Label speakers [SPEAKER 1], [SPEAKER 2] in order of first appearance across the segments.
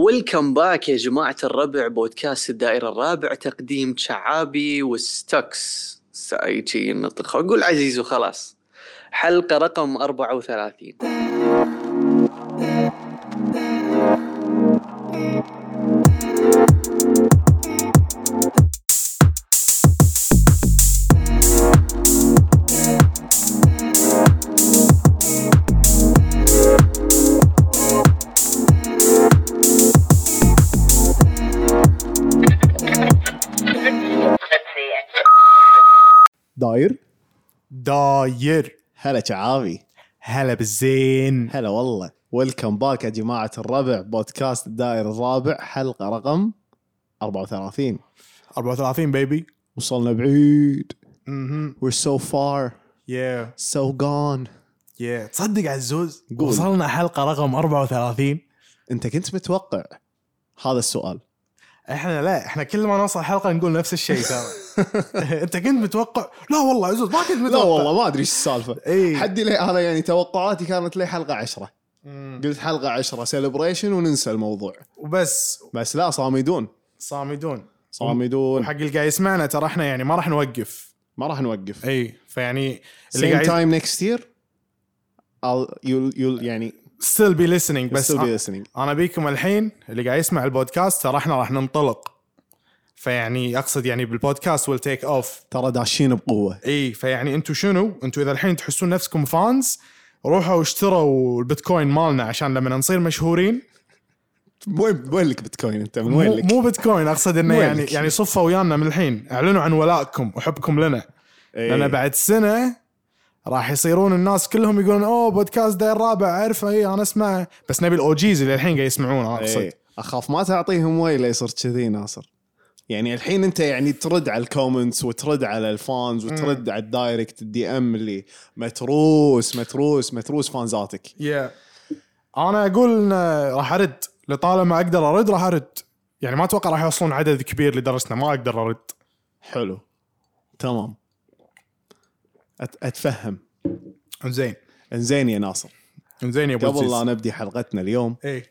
[SPEAKER 1] ويلكم باك يا جماعة الربع بودكاست الدائرة الرابع تقديم شعابي وستكس سايتشي النطق اقول عزيز وخلاص حلقة رقم 34
[SPEAKER 2] داير
[SPEAKER 3] داير
[SPEAKER 2] هلا شعابي
[SPEAKER 3] هلا بالزين
[SPEAKER 2] هلا والله ويلكم باك يا جماعة الربع بودكاست الدائر الرابع حلقة رقم 34
[SPEAKER 3] 34 بيبي
[SPEAKER 2] وصلنا بعيد
[SPEAKER 3] اها
[SPEAKER 2] we're so far
[SPEAKER 3] يا
[SPEAKER 2] so gone
[SPEAKER 3] يا تصدق عزوز
[SPEAKER 2] قول.
[SPEAKER 3] وصلنا حلقه رقم 34
[SPEAKER 2] انت كنت متوقع هذا السؤال
[SPEAKER 3] احنا لا احنا كل ما نوصل حلقه نقول نفس الشيء ترى انت كنت متوقع لا والله عزوز ما كنت متوقع
[SPEAKER 2] لا
[SPEAKER 3] إيه.
[SPEAKER 2] والله ما ادري ايش السالفة
[SPEAKER 3] اي
[SPEAKER 2] حدي لي انا يعني توقعاتي كانت لي حلقة عشرة
[SPEAKER 3] مم.
[SPEAKER 2] قلت حلقة عشرة سيلبريشن وننسى الموضوع
[SPEAKER 3] وبس
[SPEAKER 2] بس لا صامدون
[SPEAKER 3] صامدون
[SPEAKER 2] صامدون
[SPEAKER 3] وحق اللي قاعد يسمعنا ترى احنا يعني ما راح نوقف
[SPEAKER 2] ما راح نوقف
[SPEAKER 3] اي فيعني اللي
[SPEAKER 2] same
[SPEAKER 3] إيه، قاعد
[SPEAKER 2] time next year I'll you'll you'll يعني
[SPEAKER 3] ستيل بي listening
[SPEAKER 2] بس
[SPEAKER 3] بس
[SPEAKER 2] still
[SPEAKER 3] أ-
[SPEAKER 2] be listening
[SPEAKER 3] انا بيكم الحين اللي قاعد يسمع البودكاست ترى احنا راح ننطلق فيعني اقصد يعني بالبودكاست ويل تيك اوف
[SPEAKER 2] ترى داشين بقوه
[SPEAKER 3] اي فيعني انتم شنو انتم اذا الحين تحسون نفسكم فانز روحوا اشتروا البيتكوين مالنا عشان لما نصير مشهورين
[SPEAKER 2] وين وين لك بيتكوين انت من وين
[SPEAKER 3] مو,
[SPEAKER 2] لك؟
[SPEAKER 3] مو بيتكوين اقصد انه
[SPEAKER 2] وين
[SPEAKER 3] يعني
[SPEAKER 2] لك؟
[SPEAKER 3] يعني صفوا ويانا من الحين اعلنوا عن ولائكم وحبكم لنا
[SPEAKER 2] إيه.
[SPEAKER 3] لان بعد سنه راح يصيرون الناس كلهم يقولون اوه بودكاست داير الرابع اعرفه اي انا اسمعه بس نبي الاوجيز اللي الحين قاعد يسمعونه اقصد
[SPEAKER 2] إيه. اخاف ما تعطيهم ويله يصير كذي ناصر يعني الحين انت يعني ترد على الكومنتس وترد على الفانز وترد على الدايركت الدي ام اللي متروس متروس متروس فانزاتك
[SPEAKER 3] يا انا اقول إن راح ارد لطالما اقدر ارد راح ارد يعني ما اتوقع راح يوصلون عدد كبير لدرجتنا ما اقدر ارد
[SPEAKER 2] حلو تمام أت اتفهم
[SPEAKER 3] زين
[SPEAKER 2] انزين يا ناصر
[SPEAKER 3] زين يا ابو
[SPEAKER 2] قبل لا
[SPEAKER 3] عزيز
[SPEAKER 2] نبدي حلقتنا اليوم
[SPEAKER 3] ايه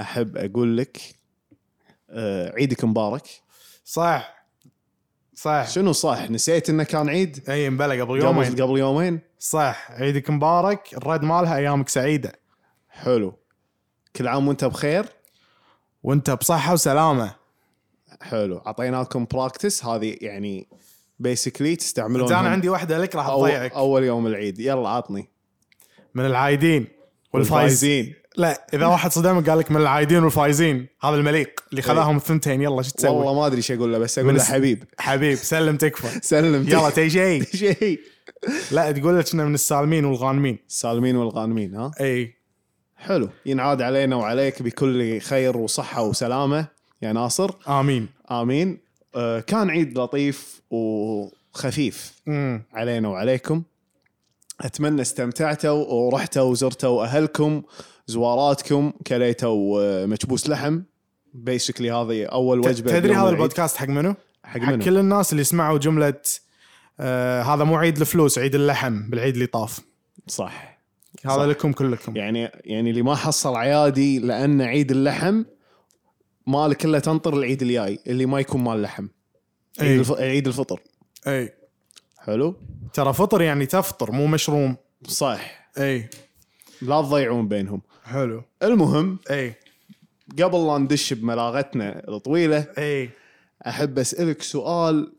[SPEAKER 2] احب اقول لك آه، عيدك مبارك
[SPEAKER 3] صح صح
[SPEAKER 2] شنو صح نسيت انه كان عيد
[SPEAKER 3] اي مبلى قبل يومين
[SPEAKER 2] قبل قبل يومين
[SPEAKER 3] صح عيدك مبارك الرد مالها ايامك سعيده
[SPEAKER 2] حلو كل عام وانت بخير
[SPEAKER 3] وانت بصحه وسلامه
[SPEAKER 2] حلو اعطيناكم براكتس هذه يعني بيسكلي
[SPEAKER 3] إذا
[SPEAKER 2] تستعملونها
[SPEAKER 3] انا عندي واحده لك راح
[SPEAKER 2] أول,
[SPEAKER 3] تضيعك
[SPEAKER 2] اول يوم العيد يلا عطني
[SPEAKER 3] من العايدين والفايزين
[SPEAKER 2] والفايزين
[SPEAKER 3] لا اذا واحد صدمك قال لك من العايدين والفايزين هذا المليق اللي خلاهم الثنتين يلا شو تسوي
[SPEAKER 2] والله ما ادري ايش اقول له بس اقول
[SPEAKER 3] من
[SPEAKER 2] له
[SPEAKER 3] الس-
[SPEAKER 2] حبيب
[SPEAKER 3] حبيب سلم تكفى
[SPEAKER 2] سلم
[SPEAKER 3] يلا تي شيء
[SPEAKER 2] شيء
[SPEAKER 3] لا تقول لك انه من السالمين والغانمين
[SPEAKER 2] سالمين والغانمين ها
[SPEAKER 3] اي
[SPEAKER 2] حلو ينعاد علينا وعليك بكل خير وصحه وسلامه يا ناصر
[SPEAKER 3] امين
[SPEAKER 2] امين آه كان عيد لطيف وخفيف
[SPEAKER 3] امم
[SPEAKER 2] علينا وعليكم اتمنى استمتعتوا ورحتوا وزرتوا اهلكم زواراتكم كليتوا آه، مكبوس لحم بيسكلي هذه اول وجبه
[SPEAKER 3] تدري
[SPEAKER 2] بيوم
[SPEAKER 3] هذا
[SPEAKER 2] العيد.
[SPEAKER 3] البودكاست حق منو؟
[SPEAKER 2] حق
[SPEAKER 3] حق
[SPEAKER 2] منو
[SPEAKER 3] كل الناس اللي سمعوا جمله آه هذا مو عيد الفلوس عيد اللحم بالعيد اللي طاف
[SPEAKER 2] صح
[SPEAKER 3] هذا
[SPEAKER 2] صح.
[SPEAKER 3] لكم كلكم
[SPEAKER 2] يعني يعني اللي ما حصل عيادي لان عيد اللحم مالك الا تنطر العيد الجاي اللي ما يكون مال لحم
[SPEAKER 3] أي.
[SPEAKER 2] عيد, الف... عيد الفطر
[SPEAKER 3] اي
[SPEAKER 2] حلو
[SPEAKER 3] ترى فطر يعني تفطر مو مشروم
[SPEAKER 2] صح
[SPEAKER 3] اي
[SPEAKER 2] لا تضيعون بينهم
[SPEAKER 3] حلو
[SPEAKER 2] المهم
[SPEAKER 3] اي
[SPEAKER 2] قبل لا ندش بملاغتنا الطويله
[SPEAKER 3] اي
[SPEAKER 2] احب اسالك سؤال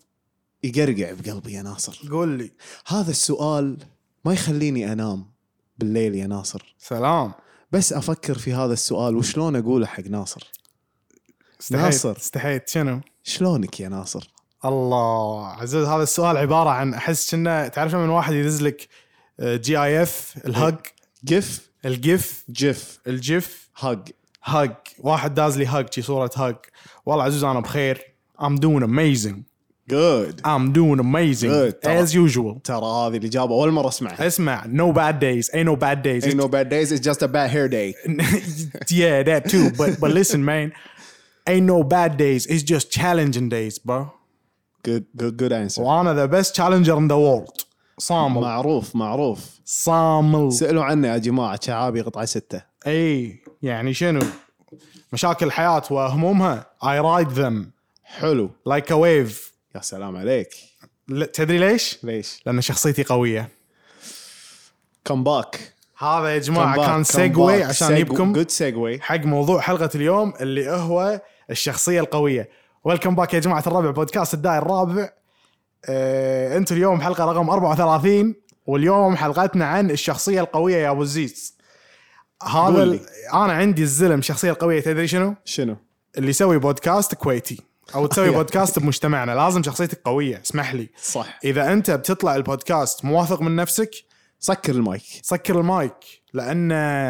[SPEAKER 2] يقرقع بقلبي يا ناصر
[SPEAKER 3] قول لي
[SPEAKER 2] هذا السؤال ما يخليني انام بالليل يا ناصر
[SPEAKER 3] سلام
[SPEAKER 2] بس افكر في هذا السؤال وشلون اقوله حق ناصر
[SPEAKER 3] استحيت
[SPEAKER 2] ناصر.
[SPEAKER 3] استحيت شنو؟
[SPEAKER 2] شلونك يا ناصر
[SPEAKER 3] الله عزيز هذا السؤال عباره عن احس كنا تعرف من واحد يدز لك آه، جي اي اف
[SPEAKER 2] إيه.
[SPEAKER 3] الهج
[SPEAKER 2] جف
[SPEAKER 3] الجف
[SPEAKER 2] جف
[SPEAKER 3] الجف
[SPEAKER 2] هاج
[SPEAKER 3] هاج واحد داز لي هاج شي صوره هاج والله عزوز انا بخير I'm doing amazing
[SPEAKER 2] جود
[SPEAKER 3] I'm doing amazing
[SPEAKER 2] Good.
[SPEAKER 3] as usual
[SPEAKER 2] ترى هذه الاجابه اول مره اسمعها
[SPEAKER 3] اسمع no bad days ain't no bad days
[SPEAKER 2] Ain't no bad days, it's just a bad hair day.
[SPEAKER 3] yeah that too but but listen man ain't no bad days it's just challenging days bro
[SPEAKER 2] Good, good, good answer.
[SPEAKER 3] وانا the best challenger in the world صامل
[SPEAKER 2] معروف معروف.
[SPEAKER 3] صامل
[SPEAKER 2] سألوا عنه يا جماعة شعابي قطعة ستة.
[SPEAKER 3] اي يعني شنو مشاكل الحياه وهمومها اي رايد ذم
[SPEAKER 2] حلو
[SPEAKER 3] لايك ا ويف
[SPEAKER 2] يا سلام عليك
[SPEAKER 3] تدري ليش؟
[SPEAKER 2] ليش
[SPEAKER 3] لان شخصيتي قويه
[SPEAKER 2] كم باك
[SPEAKER 3] هذا يا جماعه كان سيجوي عشان يبكم
[SPEAKER 2] جود سيجوي
[SPEAKER 3] حق موضوع حلقه اليوم اللي هو الشخصيه القويه ويلكم باك يا جماعه الربع بودكاست الدائر الرابع آه، انتم اليوم حلقه رقم 34 واليوم حلقتنا عن الشخصيه القويه يا ابو الزيز هذا
[SPEAKER 2] قول لي.
[SPEAKER 3] ال- انا عندي الزلم شخصيه القويه تدري شنو؟
[SPEAKER 2] شنو؟
[SPEAKER 3] اللي يسوي بودكاست كويتي او تسوي
[SPEAKER 2] يعني.
[SPEAKER 3] بودكاست بمجتمعنا لازم شخصيتك قويه اسمح لي
[SPEAKER 2] صح
[SPEAKER 3] اذا انت بتطلع البودكاست مو واثق من نفسك
[SPEAKER 2] سكر المايك
[SPEAKER 3] سكر المايك لان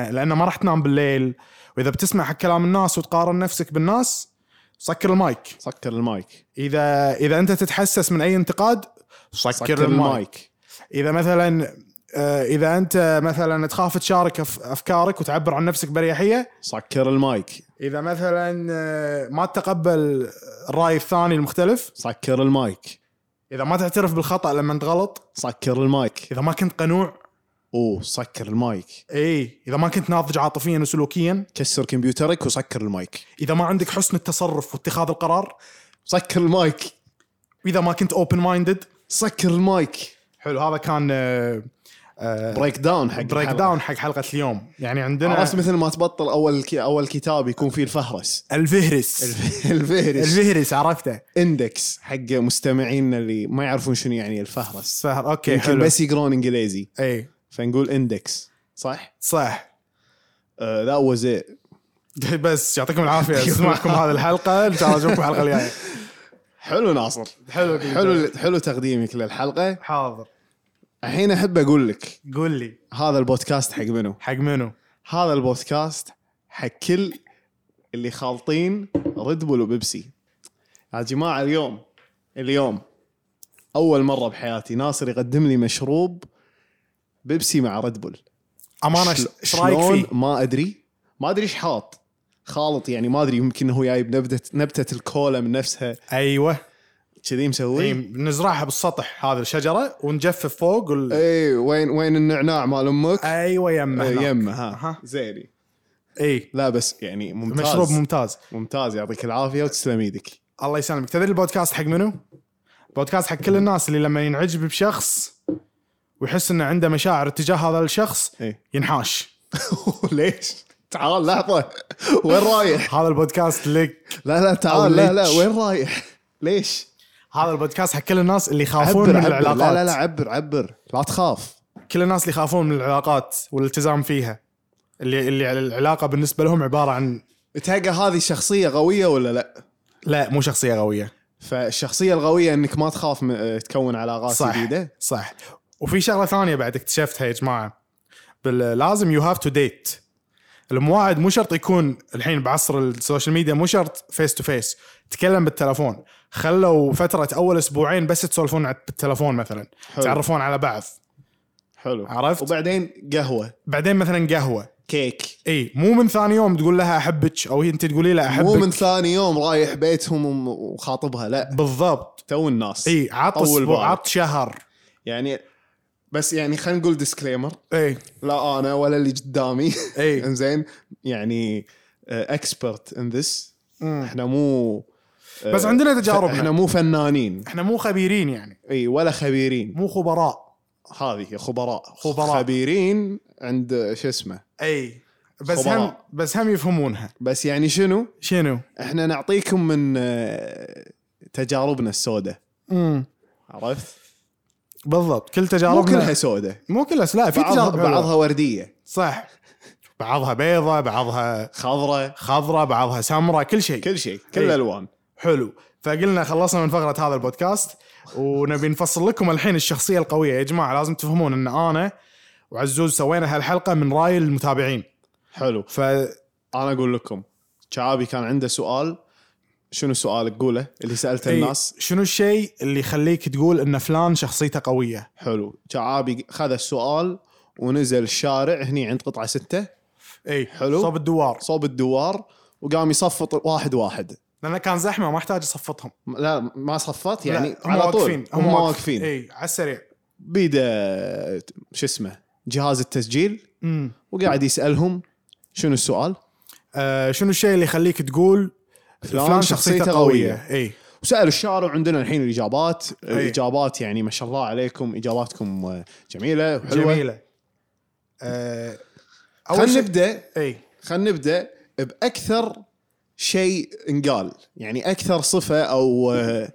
[SPEAKER 3] لان ما راح تنام بالليل واذا بتسمع حق كلام الناس وتقارن نفسك بالناس سكر المايك
[SPEAKER 2] سكر المايك
[SPEAKER 3] اذا اذا انت تتحسس من اي انتقاد سكر,
[SPEAKER 2] سكر
[SPEAKER 3] المايك
[SPEAKER 2] المايك
[SPEAKER 3] اذا مثلا آه، اذا انت مثلا تخاف تشارك أف- افكارك وتعبر عن نفسك بريحيه
[SPEAKER 2] سكر المايك
[SPEAKER 3] اذا مثلا آه، ما تتقبل الراي الثاني المختلف
[SPEAKER 2] سكر المايك
[SPEAKER 3] اذا ما تعترف بالخطا لما انت غلط
[SPEAKER 2] سكر المايك
[SPEAKER 3] اذا ما كنت قنوع
[SPEAKER 2] اوه سكر المايك
[SPEAKER 3] اي اذا ما كنت ناضج عاطفيا وسلوكيا
[SPEAKER 2] كسر كمبيوترك وسكر المايك
[SPEAKER 3] اذا ما عندك حسن التصرف واتخاذ القرار
[SPEAKER 2] سكر المايك
[SPEAKER 3] واذا ما كنت اوبن مايندد
[SPEAKER 2] سكر المايك
[SPEAKER 3] حلو هذا كان
[SPEAKER 2] بريك داون حق
[SPEAKER 3] بريك
[SPEAKER 2] الحلقة.
[SPEAKER 3] داون حق حلقه اليوم يعني عندنا
[SPEAKER 2] عرفت مثل ما تبطل اول ك... اول كتاب يكون فيه الفهرس
[SPEAKER 3] الفهرس
[SPEAKER 2] الفهرس
[SPEAKER 3] الفهرس عرفته
[SPEAKER 2] اندكس حق مستمعينا اللي ما يعرفون شنو يعني الفهرس
[SPEAKER 3] فهر اوكي
[SPEAKER 2] يمكن
[SPEAKER 3] حلو
[SPEAKER 2] بس يقرون انجليزي
[SPEAKER 3] اي
[SPEAKER 2] فنقول اندكس صح؟
[SPEAKER 3] إيه،
[SPEAKER 2] Uh,
[SPEAKER 3] صح
[SPEAKER 2] ذا واز ات
[SPEAKER 3] بس يعطيكم العافيه اسمعكم هذه الحلقه ان شاء الله اشوفكم الحلقه الجايه
[SPEAKER 2] حلو ناصر
[SPEAKER 3] حلو
[SPEAKER 2] حلو حلو تقديمك للحلقه
[SPEAKER 3] حاضر
[SPEAKER 2] الحين احب اقول لك
[SPEAKER 3] قول لي
[SPEAKER 2] هذا البودكاست حق منو؟
[SPEAKER 3] حق منو
[SPEAKER 2] هذا البودكاست حق كل اللي خالطين ريد بول وبيبسي يا جماعه اليوم اليوم اول مره بحياتي ناصر يقدم لي مشروب بيبسي مع ريد بول
[SPEAKER 3] امانه
[SPEAKER 2] شل-
[SPEAKER 3] ايش رايك
[SPEAKER 2] شلون؟
[SPEAKER 3] فيه
[SPEAKER 2] ما ادري ما ادري ايش حاط خالط يعني ما ادري يمكن هو جايب نبته نبته الكولا من نفسها
[SPEAKER 3] ايوه
[SPEAKER 2] كذي
[SPEAKER 3] إي،
[SPEAKER 2] مسوي
[SPEAKER 3] إيه، نزرعها بالسطح هذه الشجره ونجفف فوق وال...
[SPEAKER 2] اي إيه، وين وين النعناع مال امك
[SPEAKER 3] ايوه يمه
[SPEAKER 2] إيه،
[SPEAKER 3] هناك.
[SPEAKER 2] يمه ها
[SPEAKER 3] أها.
[SPEAKER 2] زيني
[SPEAKER 3] اي
[SPEAKER 2] لا بس يعني ممتاز
[SPEAKER 3] مشروب ممتاز
[SPEAKER 2] ممتاز يعطيك العافيه وتسلم ايدك
[SPEAKER 3] الله يسلمك تدري البودكاست حق منو؟ بودكاست حق كل الناس اللي لما ينعجب بشخص ويحس انه عنده مشاعر اتجاه هذا الشخص
[SPEAKER 2] إيه.
[SPEAKER 3] ينحاش
[SPEAKER 2] ليش؟ تعال لحظة وين رايح؟
[SPEAKER 3] هذا البودكاست لك
[SPEAKER 2] لا لا تعال لا لا وين رايح؟ ليش؟
[SPEAKER 3] هذا البودكاست حق كل الناس اللي يخافون
[SPEAKER 2] عبر
[SPEAKER 3] من
[SPEAKER 2] عبر
[SPEAKER 3] العلاقات
[SPEAKER 2] لا لا لا عبر عبر لا تخاف
[SPEAKER 3] كل الناس اللي يخافون من العلاقات والالتزام فيها اللي اللي العلاقه بالنسبه لهم عباره عن
[SPEAKER 2] تهقى هذه شخصية قوية ولا لا؟
[SPEAKER 3] لا مو شخصيه قويه
[SPEAKER 2] فالشخصية القوية انك ما تخاف من آه، تكون علاقات
[SPEAKER 3] صح
[SPEAKER 2] جديدة
[SPEAKER 3] صح وفي شغله ثانيه بعد اكتشفتها يا جماعه بال- لازم يو هاف تو ديت المواعد مو شرط يكون الحين بعصر السوشيال ميديا مو شرط فيس تو فيس تكلم بالتلفون خلوا فتره اول اسبوعين بس تسولفون على- بالتلفون مثلا
[SPEAKER 2] حلو.
[SPEAKER 3] تعرفون على بعض
[SPEAKER 2] حلو
[SPEAKER 3] عرفت.
[SPEAKER 2] وبعدين قهوة
[SPEAKER 3] بعدين مثلا قهوه
[SPEAKER 2] كيك
[SPEAKER 3] اي مو من ثاني يوم تقول لها احبك او هي انت تقولي لها احبك
[SPEAKER 2] مو من ثاني يوم رايح بيتهم وم- وخاطبها لا
[SPEAKER 3] بالضبط
[SPEAKER 2] تو الناس
[SPEAKER 3] اي عط
[SPEAKER 2] طول
[SPEAKER 3] اسبوع
[SPEAKER 2] بالك.
[SPEAKER 3] عط شهر
[SPEAKER 2] يعني بس يعني خلينا نقول ديسكليمر
[SPEAKER 3] اي
[SPEAKER 2] لا انا ولا اللي قدامي
[SPEAKER 3] إي.
[SPEAKER 2] انزين يعني اكسبرت ان ذس
[SPEAKER 3] مم.
[SPEAKER 2] احنا مو آه،
[SPEAKER 3] بس عندنا
[SPEAKER 2] ف-
[SPEAKER 3] تجارب
[SPEAKER 2] احنا
[SPEAKER 3] احنا
[SPEAKER 2] مو فنانين
[SPEAKER 3] احنا مو خبيرين يعني
[SPEAKER 2] اي ولا خبيرين
[SPEAKER 3] مو خبراء
[SPEAKER 2] هذه خبراء
[SPEAKER 3] خبراء.
[SPEAKER 2] خبيرين عند آه، شو اسمه
[SPEAKER 3] اي بس
[SPEAKER 2] خبراء.
[SPEAKER 3] هم بس هم يفهمونها
[SPEAKER 2] بس يعني شنو
[SPEAKER 3] شنو؟
[SPEAKER 2] احنا نعطيكم من آه، تجاربنا السوداء
[SPEAKER 3] امم
[SPEAKER 2] عرفت
[SPEAKER 3] بالضبط كل
[SPEAKER 2] مو
[SPEAKER 3] تجاربنا
[SPEAKER 2] كلها سوداء
[SPEAKER 3] مو كلها لا في
[SPEAKER 2] بعضها,
[SPEAKER 3] تجارب حلوة.
[SPEAKER 2] بعضها ورديه
[SPEAKER 3] صح بعضها بيضة بعضها
[SPEAKER 2] خضراء
[SPEAKER 3] خضراء بعضها سمراء كل شيء
[SPEAKER 2] كل شيء كل
[SPEAKER 3] إي.
[SPEAKER 2] الالوان
[SPEAKER 3] حلو فقلنا خلصنا من فقرة هذا البودكاست ونبي نفصل لكم الحين الشخصية القوية يا جماعة لازم تفهمون ان انا وعزوز سوينا هالحلقة من راي المتابعين
[SPEAKER 2] حلو
[SPEAKER 3] ف
[SPEAKER 2] انا اقول لكم شعابي كان عنده سؤال شنو سؤالك قوله اللي سالته
[SPEAKER 3] إي،
[SPEAKER 2] الناس
[SPEAKER 3] شنو الشيء اللي يخليك تقول ان فلان شخصيته قوية
[SPEAKER 2] حلو شعابي خذ السؤال ونزل الشارع هني عند قطعه سته
[SPEAKER 3] اي
[SPEAKER 2] حلو.
[SPEAKER 3] صوب الدوار
[SPEAKER 2] صوب الدوار وقام يصفط واحد واحد
[SPEAKER 3] لأنه كان زحمة ما احتاج اصفطهم
[SPEAKER 2] لا ما صفط يعني
[SPEAKER 3] لا، هم
[SPEAKER 2] على طول
[SPEAKER 3] واقفين
[SPEAKER 2] هم إيه. واقفين
[SPEAKER 3] اي على السريع
[SPEAKER 2] بيده شو اسمه جهاز التسجيل
[SPEAKER 3] امم
[SPEAKER 2] وقاعد يسالهم شنو السؤال
[SPEAKER 3] آه شنو الشيء اللي يخليك تقول
[SPEAKER 2] فلان
[SPEAKER 3] فلان
[SPEAKER 2] شخصيته
[SPEAKER 3] شخصيته إيه،
[SPEAKER 2] قوية.
[SPEAKER 3] قويه اي
[SPEAKER 2] وسالوا الشارع عندنا الحين الاجابات
[SPEAKER 3] أي.
[SPEAKER 2] الاجابات يعني ما شاء الله عليكم اجاباتكم آه، جميله وحلوه جميله
[SPEAKER 3] جميله آه إيه،
[SPEAKER 2] خلينا نبدا
[SPEAKER 3] اي
[SPEAKER 2] خلينا نبدا باكثر شيء انقال يعني اكثر صفه او آه،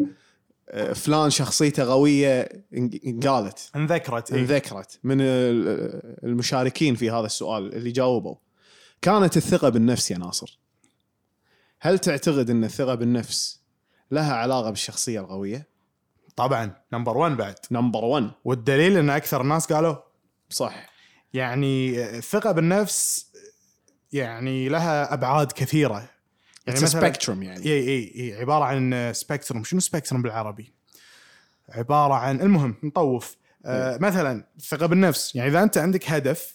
[SPEAKER 2] آه، فلان شخصيته قويه إن- انقالت
[SPEAKER 3] انذكرت إيه. اي
[SPEAKER 2] انذكرت من ال- المشاركين في هذا السؤال اللي جاوبوا كانت الثقه بالنفس يا ناصر هل تعتقد ان الثقه بالنفس لها علاقه بالشخصيه القويه
[SPEAKER 3] طبعا نمبر 1 بعد
[SPEAKER 2] نمبر 1
[SPEAKER 3] والدليل ان اكثر الناس قالوا
[SPEAKER 2] صح
[SPEAKER 3] يعني الثقه بالنفس يعني لها ابعاد كثيره يعني
[SPEAKER 2] It's a
[SPEAKER 3] مثلا
[SPEAKER 2] spectrum يعني
[SPEAKER 3] اي اي اي عباره عن سبيكترم شنو سبيكترم بالعربي عباره عن المهم نطوف آه مثلا الثقه بالنفس يعني اذا انت عندك هدف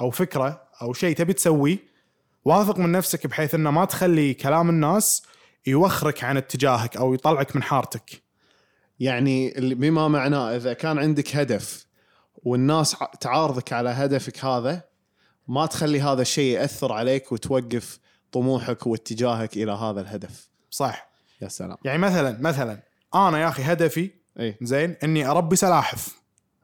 [SPEAKER 3] او فكره او شيء تبي تسويه واثق من نفسك بحيث انه ما تخلي كلام الناس يوخرك عن اتجاهك او يطلعك من حارتك
[SPEAKER 2] يعني اللي- بما معناه اذا كان عندك هدف والناس ع- تعارضك على هدفك هذا ما تخلي هذا الشيء ياثر عليك وتوقف طموحك واتجاهك الى هذا الهدف
[SPEAKER 3] صح
[SPEAKER 2] يا سلام
[SPEAKER 3] يعني مثلا مثلا انا يا اخي هدفي
[SPEAKER 2] اي
[SPEAKER 3] زين اني اربي سلاحف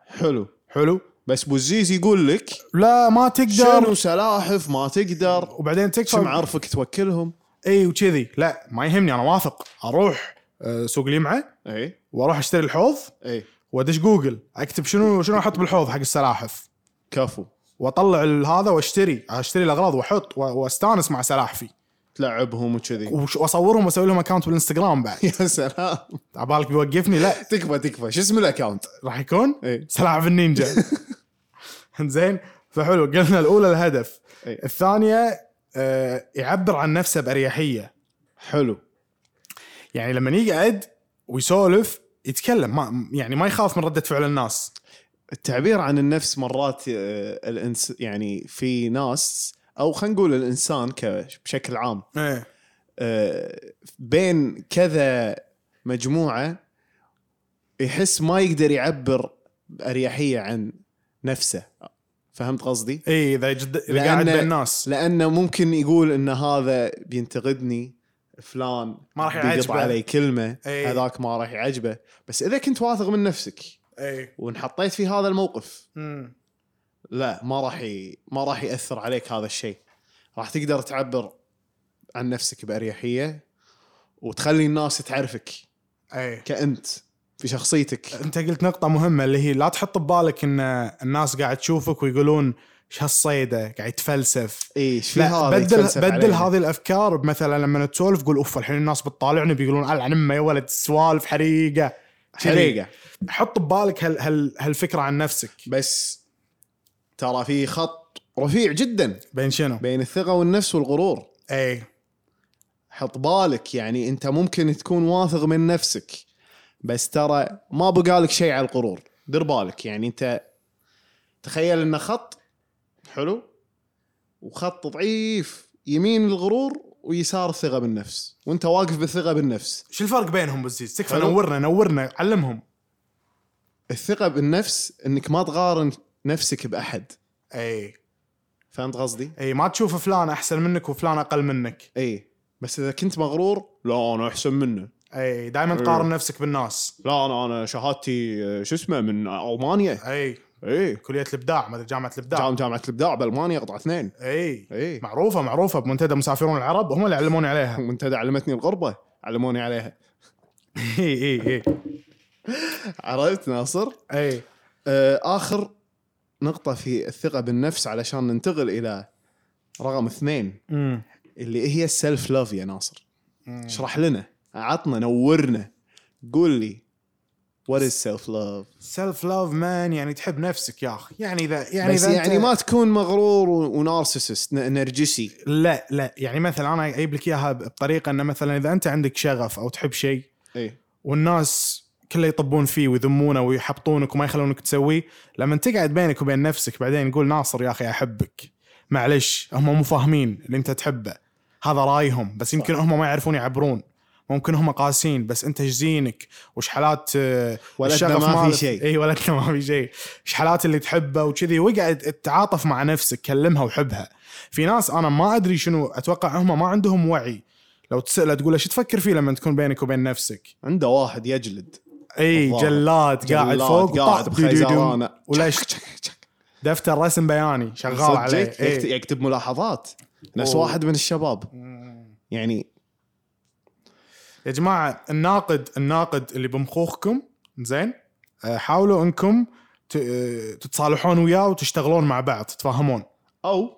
[SPEAKER 2] إيه. حلو
[SPEAKER 3] حلو
[SPEAKER 2] بس بوزيز يقول لك
[SPEAKER 3] لا ما تقدر
[SPEAKER 2] شنو سلاحف ما تقدر
[SPEAKER 3] وبعدين
[SPEAKER 2] شم
[SPEAKER 3] تكفى
[SPEAKER 2] عرفك توكلهم
[SPEAKER 3] اي وكذي لا ما يهمني انا واثق اروح آه، سوق اليمعه
[SPEAKER 2] اي
[SPEAKER 3] واروح اشتري الحوض
[SPEAKER 2] اي
[SPEAKER 3] وادش جوجل اكتب شنو شنو احط بالحوض حق السلاحف
[SPEAKER 2] كفو
[SPEAKER 3] واطلع ال- هذا واشتري اشتري الاغراض واحط و- واستانس مع سلاحفي
[SPEAKER 2] تلعبهم وكذي
[SPEAKER 3] وش- واصورهم واسوي لهم اكونت بالانستغرام بعد
[SPEAKER 2] يا سلام
[SPEAKER 3] عبالك بيوقفني لا
[SPEAKER 2] تكفى تكفى إيه. شو اسم الاكونت؟
[SPEAKER 3] راح يكون
[SPEAKER 2] اي
[SPEAKER 3] سلاحف النينجا زين فحلو قلنا الاولى الهدف
[SPEAKER 2] إي.
[SPEAKER 3] الثانيه آه، يعبر عن نفسه باريحيه
[SPEAKER 2] حلو
[SPEAKER 3] يعني لما يقعد ويسولف يتكلم ما يعني ما يخاف من رده فعل الناس
[SPEAKER 2] التعبير عن النفس مرات آه، الانس يعني في ناس او خلينا نقول الانسان ك- بشكل عام
[SPEAKER 3] ايه
[SPEAKER 2] آه، بين كذا مجموعه يحس ما يقدر يعبر باريحيه عن نفسه فهمت قصدي؟
[SPEAKER 3] اي اذا جد... إذا
[SPEAKER 2] لأن-
[SPEAKER 3] قاعد بين الناس
[SPEAKER 2] لانه ممكن يقول ان هذا بينتقدني فلان
[SPEAKER 3] ما راح
[SPEAKER 2] بيقطع
[SPEAKER 3] يعجبه. إيه.
[SPEAKER 2] علي كلمه
[SPEAKER 3] إي.
[SPEAKER 2] هذاك ما راح يعجبه بس اذا كنت واثق من نفسك
[SPEAKER 3] اي
[SPEAKER 2] وانحطيت في هذا الموقف لا ما راح ي... ما راح ياثر عليك هذا الشيء راح تقدر تعبر عن نفسك باريحيه وتخلي الناس تعرفك
[SPEAKER 3] اي
[SPEAKER 2] كانت في شخصيتك
[SPEAKER 3] انت قلت نقطة مهمة اللي هي لا تحط ببالك ان الناس قاعد تشوفك ويقولون ايش هالصيدة قاعد يتفلسف
[SPEAKER 2] اي شو
[SPEAKER 3] لا
[SPEAKER 2] هذا
[SPEAKER 3] بدل
[SPEAKER 2] يتفلسف
[SPEAKER 3] بدل
[SPEAKER 2] علينا؟
[SPEAKER 3] هذه الافكار مثلا لما تسولف قول اوف الحين الناس بتطالعني بيقولون العن امه يا ولد سوالف حريقه كذي.
[SPEAKER 2] حريقه
[SPEAKER 3] حط ببالك هال هال هالفكره عن نفسك
[SPEAKER 2] بس ترى في خط رفيع جدا
[SPEAKER 3] بين شنو؟
[SPEAKER 2] بين الثقه والنفس والغرور
[SPEAKER 3] اي
[SPEAKER 2] حط بالك يعني انت ممكن تكون واثق من نفسك بس ترى ما بقالك شيء على القرور دير بالك يعني انت تخيل انه خط حلو وخط ضعيف يمين الغرور ويسار الثقه بالنفس وانت واقف بالثقه بالنفس
[SPEAKER 3] شو الفرق بينهم بزيز؟ تكفى
[SPEAKER 2] حلو.
[SPEAKER 3] نورنا نورنا علمهم
[SPEAKER 2] الثقه بالنفس انك ما تقارن نفسك باحد
[SPEAKER 3] اي
[SPEAKER 2] فهمت قصدي
[SPEAKER 3] اي ما تشوف فلان احسن منك وفلان اقل منك
[SPEAKER 2] اي بس اذا كنت مغرور لا انا احسن منه
[SPEAKER 3] اي دائما
[SPEAKER 2] إي.
[SPEAKER 3] تقارن نفسك بالناس
[SPEAKER 2] لا انا انا شهادتي آه، شو اسمه من المانيا
[SPEAKER 3] اي
[SPEAKER 2] اي
[SPEAKER 3] كليه الابداع ما ادري جامعه الابداع
[SPEAKER 2] جام جامعه الابداع بالمانيا قطعه اثنين
[SPEAKER 3] اي
[SPEAKER 2] اي
[SPEAKER 3] معروفه معروفه بمنتدى مسافرون العرب هم اللي علموني عليها
[SPEAKER 2] منتدى علمتني الغربه علموني عليها
[SPEAKER 3] اي اي اي
[SPEAKER 2] عرفت ناصر
[SPEAKER 3] اي
[SPEAKER 2] آه اخر نقطه في الثقه بالنفس علشان ننتقل الى رقم اثنين
[SPEAKER 3] أمم.
[SPEAKER 2] اللي هي السلف لاف يا ناصر
[SPEAKER 3] أمم.
[SPEAKER 2] اشرح لنا عطنا نورنا قول لي وات از سيلف لاف
[SPEAKER 3] سيلف لاف مان يعني تحب نفسك يا اخي يعني اذا يعني
[SPEAKER 2] يعني بس
[SPEAKER 3] اذا
[SPEAKER 2] يعني
[SPEAKER 3] أنت-
[SPEAKER 2] ما تكون مغرور و- ونارسست ن- نرجسي
[SPEAKER 3] لا لا يعني مثلا انا اجيب لك اياها بطريقه انه مثلا اذا انت عندك شغف او تحب شيء
[SPEAKER 2] اي
[SPEAKER 3] إيه. والناس كله يطبون فيه ويذمونه ويحبطونك وما يخلونك تسويه لما تقعد بينك وبين نفسك بعدين يقول ناصر يا اخي احبك معلش هم مو فاهمين اللي انت تحبه هذا رايهم بس يمكن هم ما يعرفون يعبرون ممكن هم قاسين بس انت ايش زينك وش حالات آه،
[SPEAKER 2] ولدنا
[SPEAKER 3] الشغف
[SPEAKER 2] ما في
[SPEAKER 3] مالك. إيه.
[SPEAKER 2] شيء.
[SPEAKER 3] اي ولدنا ما في شيء ايش حالات اللي تحبه وكذي وقعد تعاطف مع نفسك كلمها وحبها في ناس انا ما ادري شنو اتوقع هم ما عندهم وعي لو تساله تقول له شو تفكر فيه لما تكون بينك وبين نفسك
[SPEAKER 2] عنده واحد يجلد
[SPEAKER 3] اي
[SPEAKER 2] الظاهر.
[SPEAKER 3] جلاد قاعد
[SPEAKER 2] جلاد
[SPEAKER 3] فوق
[SPEAKER 2] قاعد
[SPEAKER 3] وطاح
[SPEAKER 2] بخيزرانه
[SPEAKER 3] وليش دفتر رسم بياني شغال عليه
[SPEAKER 2] صدق يكت-
[SPEAKER 3] إيه.
[SPEAKER 2] يكتب ملاحظات نفس
[SPEAKER 3] أوه.
[SPEAKER 2] واحد من الشباب يعني
[SPEAKER 3] يا جماعه الناقد الناقد اللي بمخوخكم زين آه، حاولوا انكم ت- آه، تتصالحون وياه وتشتغلون مع بعض تتفاهمون
[SPEAKER 2] او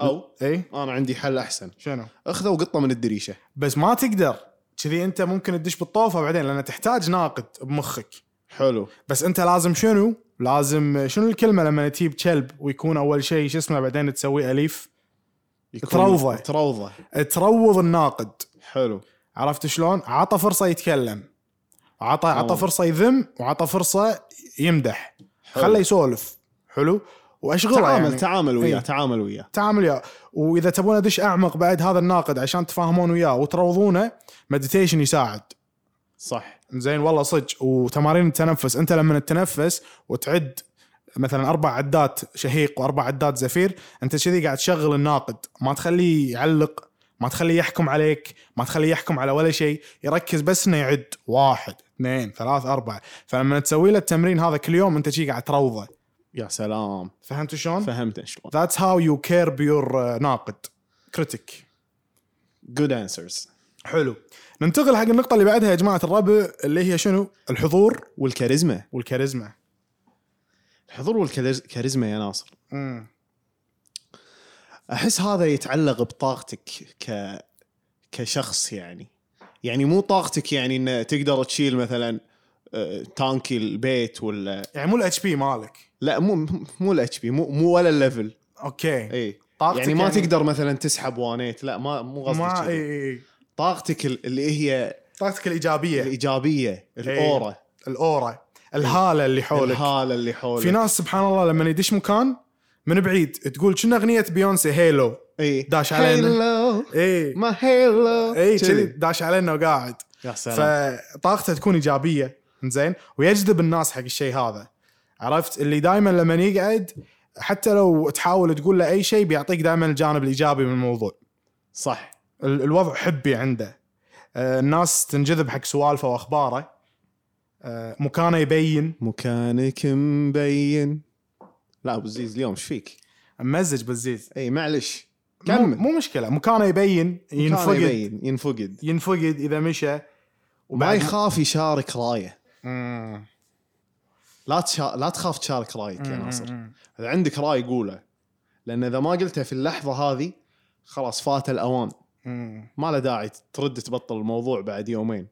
[SPEAKER 2] او
[SPEAKER 3] اي
[SPEAKER 2] انا عندي حل احسن
[SPEAKER 3] شنو
[SPEAKER 2] اخذوا قطه من الدريشه
[SPEAKER 3] بس ما تقدر كذي انت ممكن تدش بالطوفه بعدين لان تحتاج ناقد بمخك
[SPEAKER 2] حلو
[SPEAKER 3] بس انت لازم شنو؟ لازم شنو الكلمه لما تجيب كلب ويكون اول شيء شو اسمه بعدين تسويه اليف؟
[SPEAKER 2] يكون-
[SPEAKER 3] تروضه.
[SPEAKER 2] تروضه
[SPEAKER 3] تروض الناقد
[SPEAKER 2] حلو
[SPEAKER 3] عرفت شلون؟ عطى فرصه يتكلم عطى عطى
[SPEAKER 2] تمام.
[SPEAKER 3] فرصه يذم وعطى فرصه يمدح
[SPEAKER 2] حلو.
[SPEAKER 3] خله يسولف حلو؟ واشغله
[SPEAKER 2] تعامل
[SPEAKER 3] يعني.
[SPEAKER 2] تعامل وياه
[SPEAKER 3] إي.
[SPEAKER 2] تعامل وياه
[SPEAKER 3] تعامل وياه واذا تبون ادش اعمق بعد هذا الناقد عشان تفاهمون وياه وتروضونه مديتيشن يساعد
[SPEAKER 2] صح
[SPEAKER 3] زين والله صدق وتمارين التنفس انت لما تتنفس وتعد مثلا اربع عدات شهيق واربع عدات زفير انت كذي قاعد تشغل الناقد ما تخليه يعلق ما تخليه يحكم عليك ما تخليه يحكم على ولا شيء يركز بس انه يعد واحد اثنين ثلاث اربعة فلما تسوي له التمرين هذا كل يوم انت شي قاعد تروضه
[SPEAKER 2] يا سلام
[SPEAKER 3] فهمت شلون؟
[SPEAKER 2] فهمت شلون
[SPEAKER 3] ذاتس هاو يو كير بيور آه، ناقد كريتيك
[SPEAKER 2] جود انسرز
[SPEAKER 3] حلو ننتقل حق النقطة اللي بعدها يا جماعة الربع اللي هي شنو؟ الحضور
[SPEAKER 2] والكاريزما
[SPEAKER 3] والكاريزما
[SPEAKER 2] الحضور والكاريزما يا ناصر
[SPEAKER 3] امم
[SPEAKER 2] احس هذا يتعلق بطاقتك ك كشخص يعني يعني مو طاقتك يعني انه تقدر تشيل مثلا آه، تانكي البيت ولا
[SPEAKER 3] يعني مو الاتش بي مالك
[SPEAKER 2] لا مو مو الاتش بي مو مو ولا الليفل
[SPEAKER 3] اوكي
[SPEAKER 2] اي
[SPEAKER 3] طاقتك
[SPEAKER 2] يعني ما يعني تقدر مثلا تسحب وانيت لا ما مو
[SPEAKER 3] ما إيه.
[SPEAKER 2] قصدي كذي.
[SPEAKER 3] اي اي إي.
[SPEAKER 2] طاقتك ال- اللي هي
[SPEAKER 3] طاقتك
[SPEAKER 2] E-
[SPEAKER 3] الايجابيه
[SPEAKER 2] الايجابيه الاورا
[SPEAKER 3] الاورا الهاله
[SPEAKER 2] إيه،
[SPEAKER 3] اللي إيه. حولك
[SPEAKER 2] الهاله اللي حولك
[SPEAKER 3] في ناس سبحان الله لما يدش مكان من بعيد تقول شنو اغنيه بيونسي هيلو
[SPEAKER 2] اي
[SPEAKER 3] داش علينا.
[SPEAKER 2] إيه. هيلو
[SPEAKER 3] اي
[SPEAKER 2] ما هيلو
[SPEAKER 3] اي
[SPEAKER 2] كذي.
[SPEAKER 3] إيه، كذي داش علينا وقاعد
[SPEAKER 2] يا سلام
[SPEAKER 3] فطاقته تكون ايجابيه زين ويجذب الناس حق الشيء هذا عرفت اللي دائما لما يقعد حتى لو تحاول تقول له اي شيء بيعطيك دائما الجانب الايجابي من الموضوع
[SPEAKER 2] صح
[SPEAKER 3] ال- الوضع حبي عنده آه، الناس تنجذب حق سوالفه واخباره آه، مكانه يبين
[SPEAKER 2] مكانك مبين لا ابو زيز اليوم ايش فيك؟
[SPEAKER 3] ممزج بالزيز
[SPEAKER 2] اي معلش
[SPEAKER 3] مو,
[SPEAKER 2] كمل
[SPEAKER 3] مو مشكله مكانه يبين
[SPEAKER 2] كان
[SPEAKER 3] ينفقد
[SPEAKER 2] يبين ينفقد
[SPEAKER 3] ينفقد اذا مشى
[SPEAKER 2] ما
[SPEAKER 3] وبعد-
[SPEAKER 2] يخاف يشارك رايه
[SPEAKER 3] مم.
[SPEAKER 2] لا تشا... لا تخاف تشارك رايك يا ناصر
[SPEAKER 3] مم.
[SPEAKER 2] اذا عندك راي قوله لان اذا ما قلته في اللحظه هذه خلاص فات الاوان
[SPEAKER 3] مم.
[SPEAKER 2] ما له داعي ترد تبطل الموضوع بعد يومين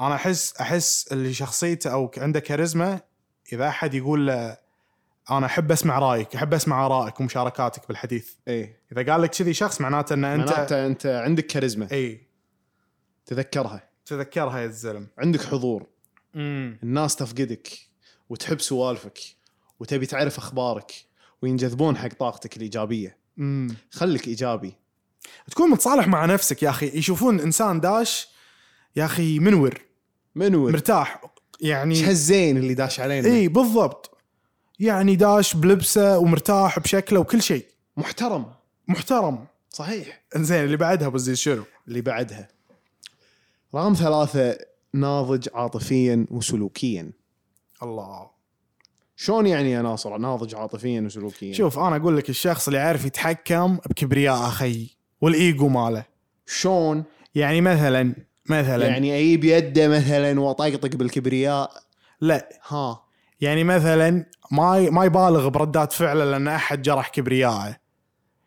[SPEAKER 3] انا احس احس اللي شخصيته او عنده كاريزما اذا احد يقول له انا احب اسمع رايك احب اسمع ارائك ومشاركاتك بالحديث
[SPEAKER 2] اي
[SPEAKER 3] اذا قال لك كذي شخص معناته ان انت
[SPEAKER 2] معناته انت عندك كاريزما
[SPEAKER 3] اي
[SPEAKER 2] تذكرها
[SPEAKER 3] تذكرها يا الزلم
[SPEAKER 2] عندك حضور
[SPEAKER 3] مم.
[SPEAKER 2] الناس تفقدك وتحب سوالفك وتبي تعرف اخبارك وينجذبون حق طاقتك الايجابيه
[SPEAKER 3] مم.
[SPEAKER 2] خلك ايجابي
[SPEAKER 3] تكون متصالح مع نفسك يا اخي يشوفون انسان داش يا اخي منور
[SPEAKER 2] منور
[SPEAKER 3] مرتاح يعني
[SPEAKER 2] ايش هالزين اللي داش علينا
[SPEAKER 3] اي بالضبط يعني داش بلبسه ومرتاح بشكله وكل شيء
[SPEAKER 2] محترم
[SPEAKER 3] محترم
[SPEAKER 2] صحيح
[SPEAKER 3] زين اللي بعدها ابو زيد شنو؟
[SPEAKER 2] اللي بعدها رقم ثلاثة ناضج عاطفيا وسلوكيا
[SPEAKER 3] الله
[SPEAKER 2] شلون يعني يا ناصر ناضج عاطفيا وسلوكيا
[SPEAKER 3] شوف انا اقول لك الشخص اللي عارف يتحكم بكبرياء اخي والايجو ماله
[SPEAKER 2] شلون
[SPEAKER 3] يعني مثلا مثلا يعني
[SPEAKER 2] يعني اجيب يده مثلا واطقطق بالكبرياء
[SPEAKER 3] لا
[SPEAKER 2] ها
[SPEAKER 3] يعني مثلا ما ي- ما يبالغ بردات فعله لان احد جرح كبرياءه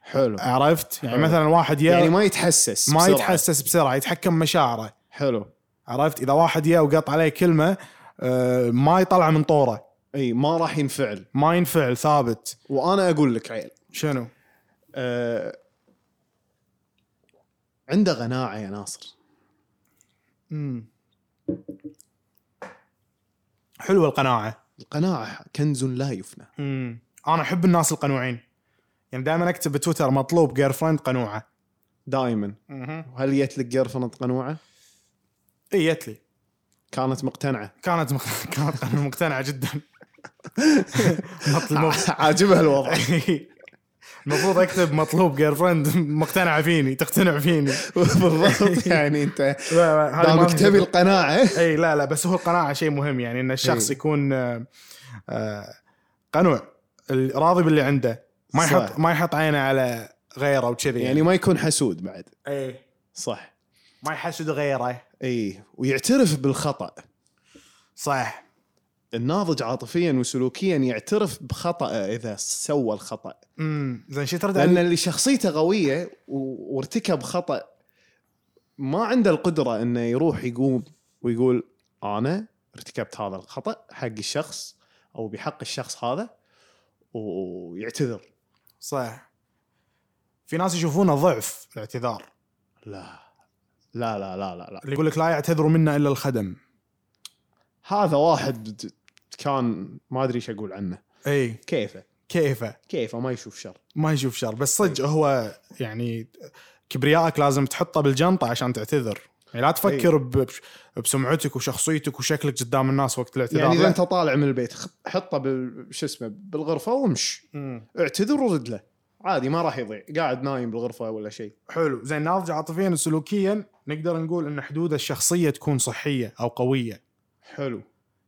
[SPEAKER 2] حلو
[SPEAKER 3] عرفت؟ يعني
[SPEAKER 2] حلو.
[SPEAKER 3] مثلا واحد يا
[SPEAKER 2] يعني ما يتحسس
[SPEAKER 3] ما
[SPEAKER 2] بسرعة.
[SPEAKER 3] يتحسس بسرعه يتحكم مشاعره
[SPEAKER 2] حلو
[SPEAKER 3] عرفت اذا واحد جاء وقط عليه كلمه آه، ما يطلع من طوره
[SPEAKER 2] اي ما راح ينفعل
[SPEAKER 3] ما ينفعل ثابت
[SPEAKER 2] وانا اقول لك عيل
[SPEAKER 3] شنو
[SPEAKER 2] أه... عنده قناعه يا ناصر
[SPEAKER 3] مم. حلوه القناعه
[SPEAKER 2] القناعه كنز لا يفنى
[SPEAKER 3] مم. انا احب الناس القنوعين يعني دائما اكتب بتويتر مطلوب جير فريند قنوعه
[SPEAKER 2] دائما وهل جت لك قرفنه قنوعه
[SPEAKER 3] اي إيه، جت لي
[SPEAKER 2] كانت مقتنعه
[SPEAKER 3] كانت مخ... كانت مقتنعه جدا مطلوب
[SPEAKER 2] عاجبها الوضع
[SPEAKER 3] المفروض اكتب مطلوب جير فريند مقتنعه فيني تقتنع فيني
[SPEAKER 2] بالضبط يعني انت
[SPEAKER 3] لا، لا، إيه. هذه ما
[SPEAKER 2] دامك
[SPEAKER 3] في-
[SPEAKER 2] تبي القناعه
[SPEAKER 3] اي لا لا بس هو القناعه شيء مهم يعني ان الشخص
[SPEAKER 2] إي.
[SPEAKER 3] يكون آه، آه، قنوع ال- راضي باللي عنده ما
[SPEAKER 2] صح.
[SPEAKER 3] يحط ما يحط عينه على غيره وكذي
[SPEAKER 2] يعني ما يكون حسود بعد
[SPEAKER 3] اي
[SPEAKER 2] صح
[SPEAKER 3] ما يحسد غيره
[SPEAKER 2] اي ويعترف بالخطا
[SPEAKER 3] صح
[SPEAKER 2] الناضج عاطفيا وسلوكيا يعترف بخطأه اذا سوى الخطأ
[SPEAKER 3] امم زين شو ترد
[SPEAKER 2] لان
[SPEAKER 3] على-
[SPEAKER 2] اللي شخصيته قويه و- وارتكب خطأ ما عنده القدره انه يروح يقوم ويقول انا ارتكبت هذا الخطأ حق الشخص او بحق الشخص هذا و- ويعتذر
[SPEAKER 3] صح في ناس يشوفونه ضعف الاعتذار
[SPEAKER 2] لا لا لا لا لا, لا.
[SPEAKER 3] اللي يقول لك لا يعتذروا منا الا الخدم
[SPEAKER 2] هذا واحد د- كان ما ادري ايش اقول عنه
[SPEAKER 3] اي
[SPEAKER 2] كيفه
[SPEAKER 3] كيفه
[SPEAKER 2] كيفه ما يشوف شر
[SPEAKER 3] ما يشوف شر بس صدق
[SPEAKER 2] إيه.
[SPEAKER 3] هو يعني كبريائك لازم تحطه بالجنطه عشان تعتذر يعني
[SPEAKER 2] إيه.
[SPEAKER 3] لا تفكر ب- بسمعتك وشخصيتك وشكلك قدام الناس وقت الاعتذار
[SPEAKER 2] يعني اذا
[SPEAKER 3] لا.
[SPEAKER 2] انت طالع من البيت خ- حطه بال شو اسمه بالغرفه وامش
[SPEAKER 3] مم.
[SPEAKER 2] اعتذر ورد له عادي ما راح يضيع قاعد نايم بالغرفه ولا شيء
[SPEAKER 3] حلو زين ناضج عاطفيا وسلوكيا نقدر نقول ان حدوده الشخصيه تكون صحيه او قويه
[SPEAKER 2] حلو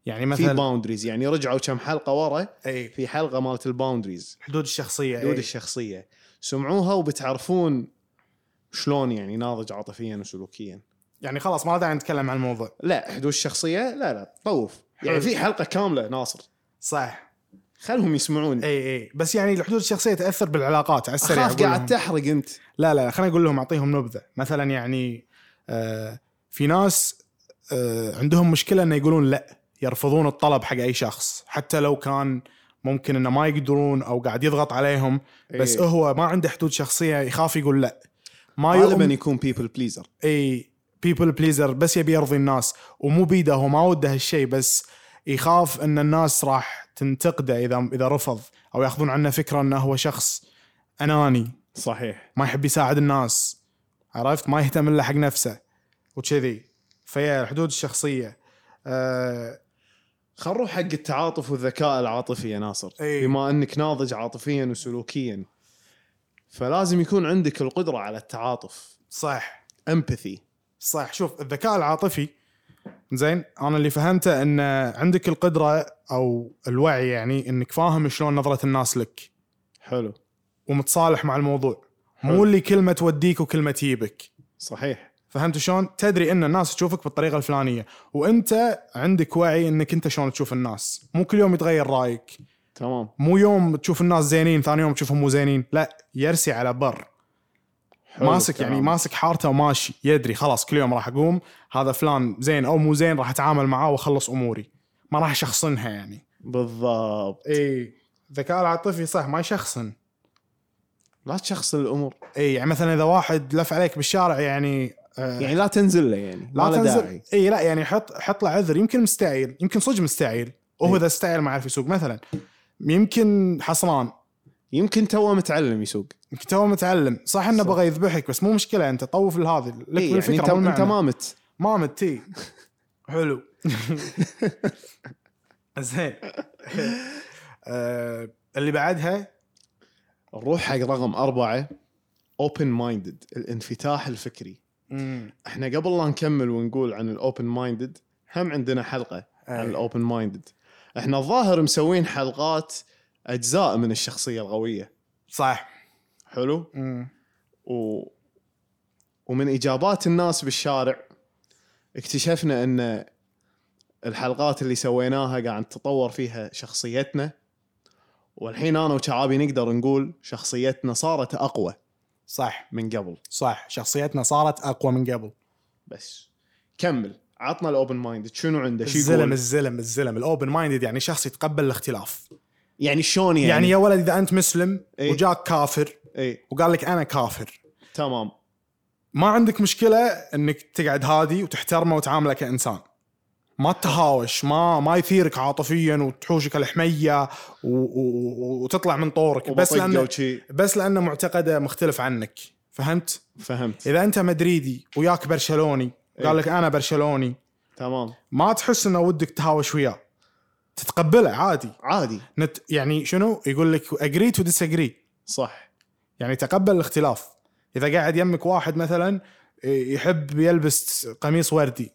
[SPEAKER 3] يعني
[SPEAKER 2] في
[SPEAKER 3] مثلا
[SPEAKER 2] باوندريز يعني رجعوا كم حلقه ورا
[SPEAKER 3] اي
[SPEAKER 2] في حلقه مالت الباوندريز
[SPEAKER 3] حدود إيه. الشخصيه
[SPEAKER 2] حدود
[SPEAKER 3] أي.
[SPEAKER 2] الشخصيه سمعوها وبتعرفون شلون يعني ناضج عاطفيا وسلوكيا
[SPEAKER 3] يعني خلاص ما داعي نتكلم عن الموضوع
[SPEAKER 2] لا حدود الشخصيه لا لا طوف يعني
[SPEAKER 3] حلو.
[SPEAKER 2] في حلقه كامله ناصر
[SPEAKER 3] صح
[SPEAKER 2] خلهم يسمعون
[SPEAKER 3] اي اي بس يعني الحدود الشخصيه تاثر بالعلاقات على السريع
[SPEAKER 2] اخاف
[SPEAKER 3] أقول لهم.
[SPEAKER 2] قاعد تحرق انت
[SPEAKER 3] لا لا خليني اقول لهم اعطيهم نبذه مثلا يعني آه في ناس آه عندهم مشكله انه يقولون لا يرفضون الطلب حق اي شخص حتى لو كان ممكن انه ما يقدرون او قاعد يضغط عليهم بس
[SPEAKER 2] إيه.
[SPEAKER 3] هو ما عنده حدود شخصيه يخاف يقول لا ما
[SPEAKER 2] غالبا
[SPEAKER 3] يؤمن
[SPEAKER 2] يكون بيبل بليزر
[SPEAKER 3] اي بيبل بليزر بس يبي يرضي الناس ومو بيده هو ما وده هالشيء بس يخاف ان الناس راح تنتقده اذا اذا رفض او ياخذون عنه فكره انه هو شخص اناني
[SPEAKER 2] صحيح
[SPEAKER 3] ما يحب يساعد الناس عرفت ما يهتم الا حق نفسه وكذي فهي الحدود الشخصيه آه
[SPEAKER 2] خل نروح حق التعاطف والذكاء العاطفي يا ناصر
[SPEAKER 3] إيه.
[SPEAKER 2] بما انك ناضج عاطفيا وسلوكيا فلازم يكون عندك القدره على التعاطف
[SPEAKER 3] صح
[SPEAKER 2] امباثي
[SPEAKER 3] صح شوف الذكاء العاطفي زين انا اللي فهمته ان عندك القدره او الوعي يعني انك فاهم شلون نظره الناس لك
[SPEAKER 2] حلو
[SPEAKER 3] ومتصالح مع الموضوع مو
[SPEAKER 2] حلو.
[SPEAKER 3] اللي كلمه توديك وكلمه تجيبك
[SPEAKER 2] صحيح
[SPEAKER 3] فهمت شلون؟ تدري ان الناس تشوفك بالطريقه الفلانيه، وانت عندك وعي انك انت شلون تشوف الناس، مو كل يوم يتغير رايك،
[SPEAKER 2] تمام
[SPEAKER 3] مو يوم تشوف الناس زينين ثاني يوم تشوفهم مو زينين لا يرسي على بر
[SPEAKER 2] حلو
[SPEAKER 3] ماسك
[SPEAKER 2] الكلام.
[SPEAKER 3] يعني ماسك حارته وماشي يدري خلاص كل يوم راح اقوم هذا فلان زين او مو زين راح اتعامل معاه واخلص اموري ما راح اشخصنها يعني
[SPEAKER 2] بالضبط
[SPEAKER 3] اي الذكاء العاطفي صح ما يشخصن
[SPEAKER 2] لا تشخص الامور
[SPEAKER 3] اي يعني مثلا اذا واحد لف عليك بالشارع يعني آه
[SPEAKER 2] يعني لا تنزل له يعني لا, لا داعي
[SPEAKER 3] اي لا يعني حط حط له عذر يمكن مستعيل يمكن صدق مستعيل وهو
[SPEAKER 2] إي.
[SPEAKER 3] اذا استعيل ما عرف يسوق مثلا يمكن حصران
[SPEAKER 2] يمكن توه متعلم يسوق
[SPEAKER 3] يمكن تو متعلم صح انه
[SPEAKER 2] صح.
[SPEAKER 3] بغى يذبحك بس مو مشكله انت طوف لهذا لك
[SPEAKER 2] إيه
[SPEAKER 3] إيه
[SPEAKER 2] يعني
[SPEAKER 3] الفكره
[SPEAKER 2] انت انت
[SPEAKER 3] ما
[SPEAKER 2] ما مت
[SPEAKER 3] ما متي حلو زين آه، اللي بعدها
[SPEAKER 2] نروح حق رقم أربعة اوبن مايندد الانفتاح الفكري
[SPEAKER 3] مم،
[SPEAKER 2] احنا قبل لا نكمل ونقول عن الاوبن مايندد هم عندنا حلقه عن
[SPEAKER 3] آه،
[SPEAKER 2] الاوبن مايندد احنا الظاهر مسوين حلقات اجزاء من الشخصيه القويه
[SPEAKER 3] صح
[SPEAKER 2] حلو
[SPEAKER 3] مم،
[SPEAKER 2] و... ومن اجابات الناس بالشارع اكتشفنا ان الحلقات اللي سويناها قاعد تطور فيها شخصيتنا والحين انا وشعابي نقدر نقول شخصيتنا صارت اقوى
[SPEAKER 3] صح
[SPEAKER 2] من قبل
[SPEAKER 3] صح شخصيتنا صارت اقوى من قبل
[SPEAKER 2] بس كمل عطنا الاوبن مايند شنو عنده شو
[SPEAKER 3] الزلم
[SPEAKER 2] يقول
[SPEAKER 3] الزلم الزلم الاوبن مايندد يعني شخص يتقبل الاختلاف
[SPEAKER 2] يعني شلون يعني,
[SPEAKER 3] يعني يا ولد اذا انت مسلم
[SPEAKER 2] إيه.
[SPEAKER 3] وجاك كافر
[SPEAKER 2] اي
[SPEAKER 3] وقال لك انا كافر
[SPEAKER 2] تمام
[SPEAKER 3] ما عندك مشكله انك تقعد هادي وتحترمه وتعامله كانسان ما تهاوش ما ما يثيرك عاطفيا وتحوشك الحميه و- و- و- وتطلع من طورك بس لانه
[SPEAKER 2] وشي
[SPEAKER 3] بس لانه معتقده مختلف عنك فهمت؟
[SPEAKER 2] فهمت
[SPEAKER 3] إيه. اذا انت مدريدي وياك برشلوني قال لك انا برشلوني
[SPEAKER 2] تمام
[SPEAKER 3] ما تحس انه ودك تهاوش وياه تتقبله عادي
[SPEAKER 2] عادي
[SPEAKER 3] نت يعني شنو يقول لك اجري تو ديس
[SPEAKER 2] صح
[SPEAKER 3] يعني تقبل الاختلاف اذا قاعد يمك واحد مثلا يحب يلبس قميص وردي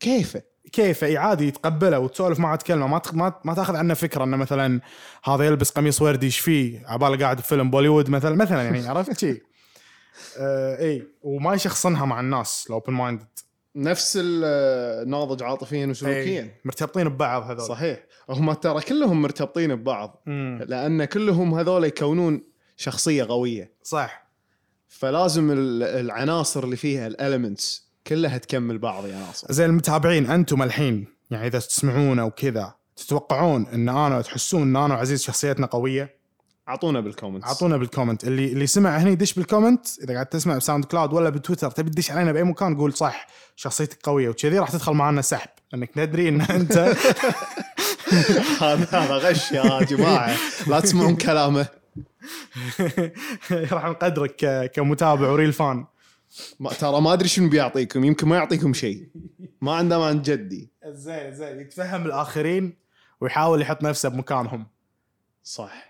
[SPEAKER 2] كيفه
[SPEAKER 3] كيف اي عادي تقبله وتسولف معه تكلمه ما تخ- ما ما تاخذ عنه فكره انه مثلا هذا يلبس قميص وردي ايش فيه عباله قاعد بفيلم بوليوود مثلا مثلا يعني عرفت شي آه اي وما يشخصنها مع الناس الاوبن مايند
[SPEAKER 2] نفس الناضج عاطفيا وسلوكيا
[SPEAKER 3] إيه، مرتبطين ببعض هذول
[SPEAKER 2] صحيح هم ترى كلهم مرتبطين ببعض
[SPEAKER 3] مم.
[SPEAKER 2] لان كلهم هذول يكونون شخصيه قويه
[SPEAKER 3] صح
[SPEAKER 2] فلازم ال- العناصر اللي فيها الالمنتس كلها تكمل بعض يا ناصر
[SPEAKER 3] زي المتابعين انتم الحين يعني اذا تسمعون او كذا تتوقعون ان انا تحسون ان انا وعزيز شخصيتنا قويه
[SPEAKER 2] اعطونا بالكومنتس
[SPEAKER 3] اعطونا بالكومنت اللي اللي سمع هني دش بالكومنت اذا قاعد تسمع بساوند كلاود ولا بتويتر تبي تدش علينا باي مكان قول صح شخصيتك قويه وكذي راح تدخل معنا سحب انك ندري ان انت
[SPEAKER 2] هذا هذا غش يا جماعه لا تسمعون كلامه
[SPEAKER 3] راح نقدرك ك- كمتابع وريل فان
[SPEAKER 2] ما ترى ما ادري شنو بيعطيكم يمكن ما يعطيكم شيء ما عنده ما عند جدي
[SPEAKER 3] زين زين يتفهم الاخرين ويحاول يحط نفسه بمكانهم
[SPEAKER 2] صح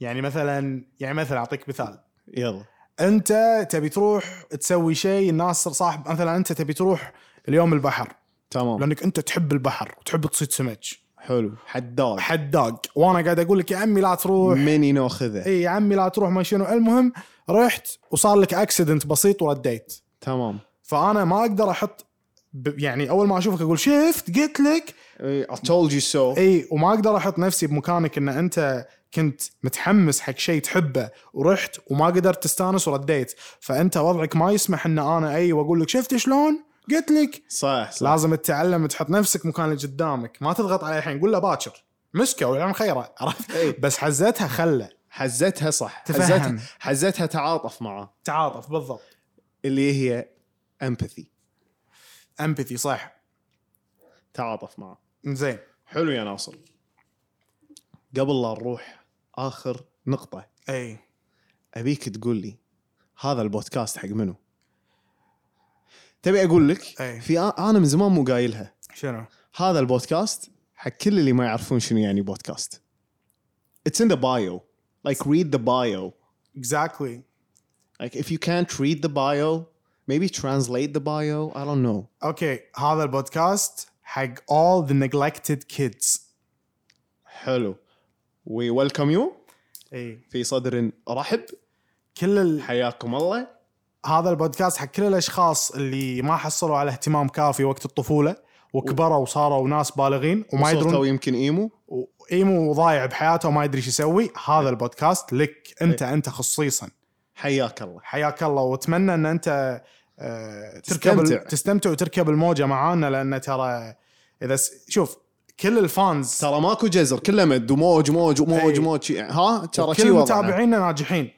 [SPEAKER 3] يعني مثلا يعني مثلا اعطيك مثال
[SPEAKER 2] يلا
[SPEAKER 3] انت تبي تروح تسوي شيء الناس صاحب مثلا انت تبي تروح اليوم البحر
[SPEAKER 2] تمام
[SPEAKER 3] لانك انت تحب البحر وتحب تصيد سمك
[SPEAKER 2] حلو حداد
[SPEAKER 3] حداق وانا قاعد اقول لك يا عمي لا تروح
[SPEAKER 2] مني ناخذه
[SPEAKER 3] اي يا عمي لا تروح ما شنو المهم رحت وصار لك اكسيدنت بسيط ورديت
[SPEAKER 2] تمام
[SPEAKER 3] فانا ما اقدر احط ب- يعني اول ما اشوفك اقول شفت قلت لك
[SPEAKER 2] اي إيه، I told you so
[SPEAKER 3] اي وما اقدر احط نفسي بمكانك ان انت كنت متحمس حق شيء تحبه ورحت وما قدرت تستانس ورديت فانت وضعك ما يسمح ان انا اي واقول لك شفت شلون قلت لك
[SPEAKER 2] صح صح
[SPEAKER 3] لازم تتعلم تحط نفسك مكان اللي قدامك ما تضغط عليه الحين قول له باكر مسكه ويعم خيره عرفت
[SPEAKER 2] إي.
[SPEAKER 3] بس حزتها خله
[SPEAKER 2] إيه. حزتها صح
[SPEAKER 3] تفهم.
[SPEAKER 2] حزتها حزتها تعاطف معه
[SPEAKER 3] تعاطف بالضبط
[SPEAKER 2] اللي هي امباثي
[SPEAKER 3] امبثي صح
[SPEAKER 2] تعاطف معه
[SPEAKER 3] زين
[SPEAKER 2] حلو يا ناصر قبل لا نروح اخر نقطه
[SPEAKER 3] اي
[SPEAKER 2] ابيك تقول لي هذا البودكاست حق منو تبي اقول لك
[SPEAKER 3] أي.
[SPEAKER 2] في انا من زمان مو قايلها
[SPEAKER 3] شنو
[SPEAKER 2] هذا البودكاست حق كل اللي ما يعرفون شنو يعني بودكاست It's in the bio like read the bio
[SPEAKER 3] اكزاكتلي
[SPEAKER 2] Like if you can't read the bio, maybe translate the bio. I don't know.
[SPEAKER 3] اوكي هذا البودكاست حق all the neglected kids
[SPEAKER 2] حلو. We welcome you
[SPEAKER 3] اي
[SPEAKER 2] في صدر رحب
[SPEAKER 3] كل ال...
[SPEAKER 2] حياكم الله.
[SPEAKER 3] هذا البودكاست حق كل الاشخاص اللي ما حصلوا على اهتمام كافي وقت الطفوله وكبروا وصاروا ناس بالغين وما
[SPEAKER 2] صوته
[SPEAKER 3] يدرون
[SPEAKER 2] يمكن ايمو
[SPEAKER 3] و- ايمو ضايع بحياته وما يدري شو يسوي هذا البودكاست لك انت انت خصيصا
[SPEAKER 2] حياك الله.
[SPEAKER 3] حياك الله واتمنى ان انت آه، تركب ال-
[SPEAKER 2] تستمتع.
[SPEAKER 3] تستمتع وتركب الموجه معانا لان ترى اذا س... شوف كل الفانز
[SPEAKER 2] ترى ماكو جزر كله مد وموج موج وموج
[SPEAKER 3] أي.
[SPEAKER 2] موج شي- ها ترى شي
[SPEAKER 3] كل
[SPEAKER 2] وضعنا.
[SPEAKER 3] متابعينا ناجحين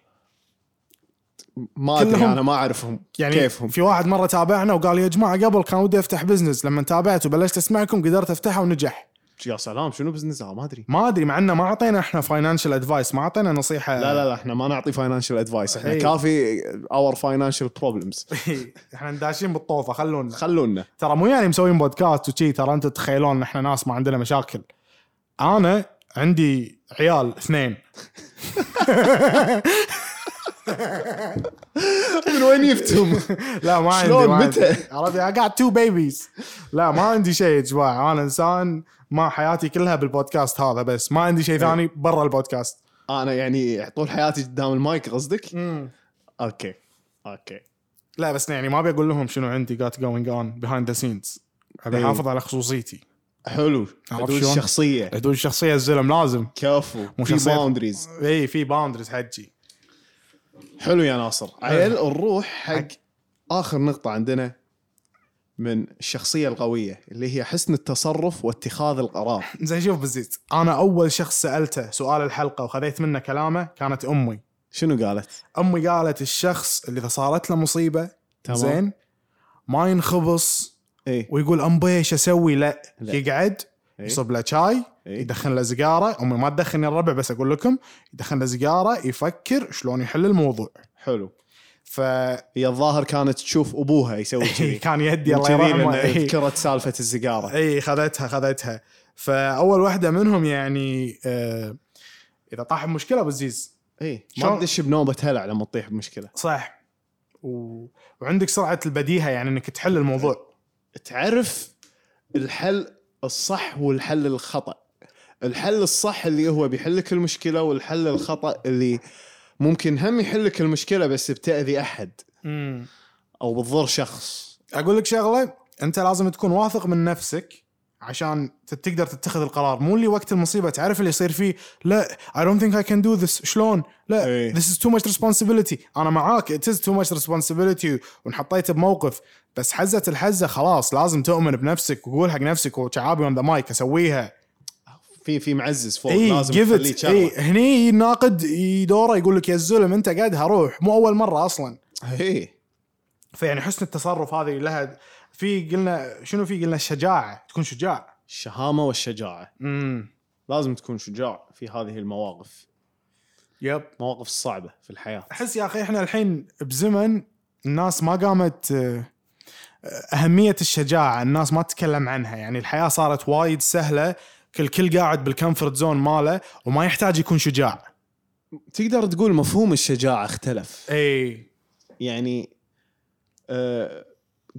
[SPEAKER 2] ما ادري
[SPEAKER 3] كلهم-
[SPEAKER 2] انا ما اعرفهم
[SPEAKER 3] يعني
[SPEAKER 2] كيفهم
[SPEAKER 3] في واحد مره تابعنا وقال يا جماعه قبل كان ودي افتح بزنس لما تابعت وبلشت اسمعكم قدرت افتحه ونجح
[SPEAKER 2] يا سلام شنو بزنس ما ادري
[SPEAKER 3] ما ادري مع انه ما اعطينا احنا فاينانشال ادفايس ما اعطينا نصيحه
[SPEAKER 2] لا لا لا احنا ما نعطي فاينانشال ادفايس احنا
[SPEAKER 3] أي.
[SPEAKER 2] كافي اور فاينانشال بروبلمز
[SPEAKER 3] احنا نداشين بالطوفه خلونا
[SPEAKER 2] خلونا
[SPEAKER 3] ترى مو يعني مسويين بودكاست وشي ترى انتم تتخيلون ان احنا ناس ما عندنا مشاكل انا عندي عيال اثنين
[SPEAKER 2] من وين جبتهم؟
[SPEAKER 3] لا ما عندي
[SPEAKER 2] شلون؟
[SPEAKER 3] ما عندي.
[SPEAKER 2] متى؟
[SPEAKER 3] عرفت اي جات تو بيبيز لا ما عندي شيء يا جماعه انا انسان ما حياتي كلها بالبودكاست هذا بس ما عندي
[SPEAKER 2] إيه.
[SPEAKER 3] شيء ثاني برا البودكاست
[SPEAKER 2] انا يعني طول حياتي قدام المايك قصدك؟ اوكي اوكي
[SPEAKER 3] لا بس يعني ما ابي اقول لهم شنو عندي جات جوينج اون بيهايند ذا سينز ابي
[SPEAKER 2] إيه.
[SPEAKER 3] احافظ على خصوصيتي
[SPEAKER 2] حلو عدول
[SPEAKER 3] شلون؟
[SPEAKER 2] الشخصيه
[SPEAKER 3] عدول الشخصيه الزلم لازم
[SPEAKER 2] كفو
[SPEAKER 3] مو
[SPEAKER 2] في
[SPEAKER 3] شخصية.
[SPEAKER 2] باوندريز
[SPEAKER 3] اي في باوندرز حجي
[SPEAKER 2] حلو يا ناصر
[SPEAKER 3] أه.
[SPEAKER 2] عيل نروح حق اخر نقطه عندنا من الشخصيه القويه اللي هي حسن التصرف واتخاذ القرار
[SPEAKER 3] زين شوف بزيد انا اول شخص سالته سؤال الحلقه وخذيت منه كلامه كانت امي
[SPEAKER 2] شنو قالت؟
[SPEAKER 3] امي قالت الشخص اللي اذا صارت له مصيبه
[SPEAKER 2] تمام. إيه،
[SPEAKER 3] زين ما ينخبص
[SPEAKER 2] اي
[SPEAKER 3] ويقول امبي ايش اسوي لا,
[SPEAKER 2] لا.
[SPEAKER 3] يقعد
[SPEAKER 2] إيه.
[SPEAKER 3] يصب له شاي
[SPEAKER 2] إيه.
[SPEAKER 3] يدخن له سيجاره امي ما تدخن الربع بس اقول لكم يدخن له سيجاره يفكر شلون يحل الموضوع
[SPEAKER 2] حلو
[SPEAKER 3] ف
[SPEAKER 2] هي الظاهر كانت تشوف ابوها يسوي كذي
[SPEAKER 3] إيه، كان يدي الله
[SPEAKER 2] كذي لأن
[SPEAKER 3] يرحمه إيه. إي.
[SPEAKER 2] ذكرت سالفه السيجاره
[SPEAKER 3] اي خذتها خذتها فاول واحده منهم يعني آه اذا طاح بمشكله ابو زيز
[SPEAKER 2] اي
[SPEAKER 3] شلون-
[SPEAKER 2] ما تدش بنوبه هلع لما تطيح بمشكله
[SPEAKER 3] صح و... وعندك سرعه البديهه يعني انك تحل الموضوع
[SPEAKER 2] تعرف الحل الصح والحل الخطا الحل الصح اللي هو بيحلك المشكله والحل الخطا اللي ممكن هم يحلك المشكله بس بتاذي احد
[SPEAKER 3] امم
[SPEAKER 2] او بتضر شخص
[SPEAKER 3] اقول لك شغله انت لازم تكون واثق من نفسك عشان ت- تقدر تتخذ القرار مو اللي وقت المصيبه تعرف اللي يصير فيه لا I don't think I can do this شلون لا
[SPEAKER 2] إيه.
[SPEAKER 3] this is too much responsibility انا معاك it is too much responsibility وانحطيت بموقف بس حزه الحزه خلاص لازم تؤمن بنفسك وقول حق نفسك وشعابي اون ذا مايك اسويها
[SPEAKER 2] في في معزز فوق
[SPEAKER 3] اي
[SPEAKER 2] لازم
[SPEAKER 3] جيف
[SPEAKER 2] تخليه
[SPEAKER 3] ات اي
[SPEAKER 2] شغله
[SPEAKER 3] إيه، هني الناقد دوره يقول لك يا الزلم انت قدها روح مو اول مره اصلا
[SPEAKER 2] اي
[SPEAKER 3] فيعني حسن التصرف هذه لها في قلنا شنو في قلنا الشجاعه تكون شجاع
[SPEAKER 2] الشهامه والشجاعه
[SPEAKER 3] امم
[SPEAKER 2] لازم تكون شجاع في هذه المواقف
[SPEAKER 3] يب
[SPEAKER 2] مواقف صعبه في الحياه
[SPEAKER 3] احس يا اخي احنا الحين بزمن الناس ما قامت آه، اهميه الشجاعه الناس ما تتكلم عنها يعني الحياه صارت وايد سهله كل كل قاعد بالكمفورت زون ماله وما يحتاج يكون شجاع
[SPEAKER 2] تقدر تقول مفهوم الشجاعه اختلف
[SPEAKER 3] اي
[SPEAKER 2] يعني آه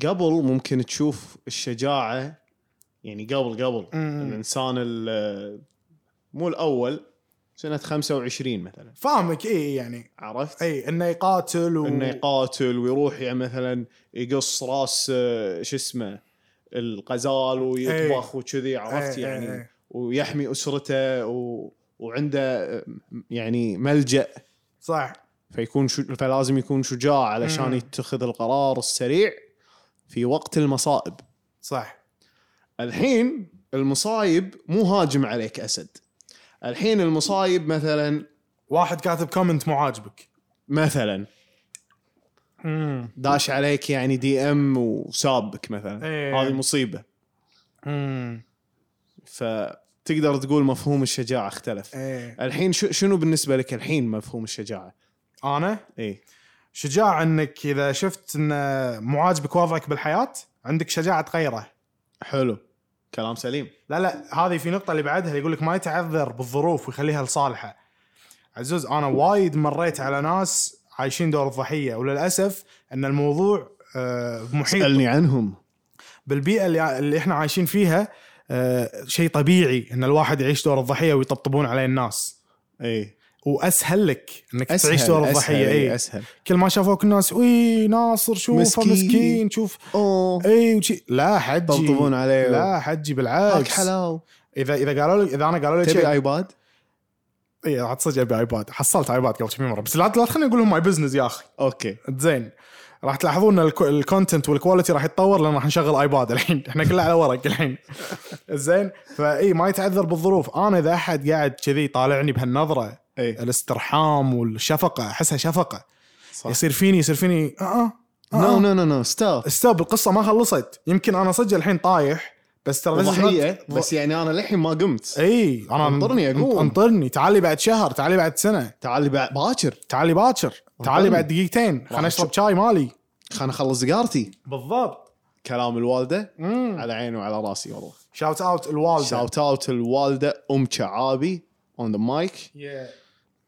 [SPEAKER 2] قبل ممكن تشوف الشجاعه يعني قبل قبل
[SPEAKER 3] مم.
[SPEAKER 2] الانسان ال- آه، مو الاول سنه 25 مثلا
[SPEAKER 3] فاهمك اي يعني
[SPEAKER 2] عرفت؟
[SPEAKER 3] اي انه يقاتل و...
[SPEAKER 2] انه يقاتل ويروح يعني مثلا يقص راس آه، شو اسمه القزال ويطبخ وكذي عرفت
[SPEAKER 3] إي، إي،
[SPEAKER 2] يعني
[SPEAKER 3] إي.
[SPEAKER 2] ويحمي اسرته و... وعنده آه، يعني ملجا
[SPEAKER 3] صح
[SPEAKER 2] فيكون شو... فلازم يكون شجاع علشان
[SPEAKER 3] مم.
[SPEAKER 2] يتخذ القرار السريع في وقت المصائب
[SPEAKER 3] صح
[SPEAKER 2] الحين المصايب مو هاجم عليك اسد الحين المصايب مثلا
[SPEAKER 3] واحد كاتب كومنت مو عاجبك
[SPEAKER 2] مثلا
[SPEAKER 3] امم
[SPEAKER 2] داش عليك يعني دي ام وسابك مثلا
[SPEAKER 3] إيه.
[SPEAKER 2] هذه مصيبه
[SPEAKER 3] امم
[SPEAKER 2] فتقدر تقول مفهوم الشجاعه اختلف
[SPEAKER 3] ايه
[SPEAKER 2] الحين شو شنو بالنسبه لك الحين مفهوم إيه. الشجاعه
[SPEAKER 3] انا
[SPEAKER 2] اي
[SPEAKER 3] شجاع انك اذا شفت انه مو عاجبك وضعك بالحياه عندك شجاعه تغيره
[SPEAKER 2] حلو كلام سليم
[SPEAKER 3] لا لا هذه في نقطه اللي بعدها يقول لك ما يتعذر بالظروف ويخليها لصالحه عزوز انا وايد مريت على ناس عايشين دور الضحيه وللاسف ان الموضوع آه، بمحيط
[SPEAKER 2] سالني عنهم
[SPEAKER 3] بالبيئه اللي, اللي احنا عايشين فيها آه، شيء طبيعي ان الواحد يعيش دور الضحيه ويطبطبون عليه الناس
[SPEAKER 2] اي
[SPEAKER 3] واسهل لك انك تعيش دور إيه. الضحيه
[SPEAKER 2] إيه. أسهل,
[SPEAKER 3] اي
[SPEAKER 2] اسهل
[SPEAKER 3] كل ما شافوك الناس وي ناصر شوفه مسكين,
[SPEAKER 2] مسكين.
[SPEAKER 3] مسكين شوف
[SPEAKER 2] اوه
[SPEAKER 3] اي وشي لا حجي
[SPEAKER 2] يطبطبون عليه
[SPEAKER 3] لا حجي
[SPEAKER 2] هاك
[SPEAKER 3] بالعكس
[SPEAKER 2] حلاو
[SPEAKER 3] اذا اذا قالوا لي اذا انا قالوا لي
[SPEAKER 2] تبي
[SPEAKER 3] شيء
[SPEAKER 2] ايباد؟
[SPEAKER 3] اي عاد صدق ابي ايباد حصلت ايباد قبل كم مره بس لا لا تخليني اقول لهم ماي بزنس يا اخي
[SPEAKER 2] اوكي
[SPEAKER 3] زين راح تلاحظون ان الك- الكونتنت والكواليتي راح يتطور لان راح نشغل ايباد الحين احنا كلنا على ورق الحين زين فاي ما يتعذر بالظروف انا اذا احد قاعد كذي طالعني بهالنظره
[SPEAKER 2] اي
[SPEAKER 3] الاسترحام والشفقه احسها شفقه
[SPEAKER 2] صح
[SPEAKER 3] يصير فيني يصير فيني اه آه، آه.
[SPEAKER 2] نو نو نو نو ستوب
[SPEAKER 3] استوب القصه ما خلصت يمكن انا صدق الحين طايح بس ترى this is not- إيه،
[SPEAKER 2] ضحيه بس يعني انا للحين ما قمت
[SPEAKER 3] اي انا
[SPEAKER 2] انطرني أقوم.
[SPEAKER 3] انطرني تعالي بعد شهر تعالي بعد سنه
[SPEAKER 2] تعال بع- باكر
[SPEAKER 3] تعالي باكر تعالي
[SPEAKER 2] انطرني.
[SPEAKER 3] بعد دقيقتين خلنا اشرب شاي مالي
[SPEAKER 2] خلنا اخلص سيجارتي
[SPEAKER 3] بالضبط
[SPEAKER 2] كلام الوالده على عيني وعلى راسي والله
[SPEAKER 3] شاوت اوت الوالده
[SPEAKER 2] شاوت اوت الوالده ام شعابي اون ذا مايك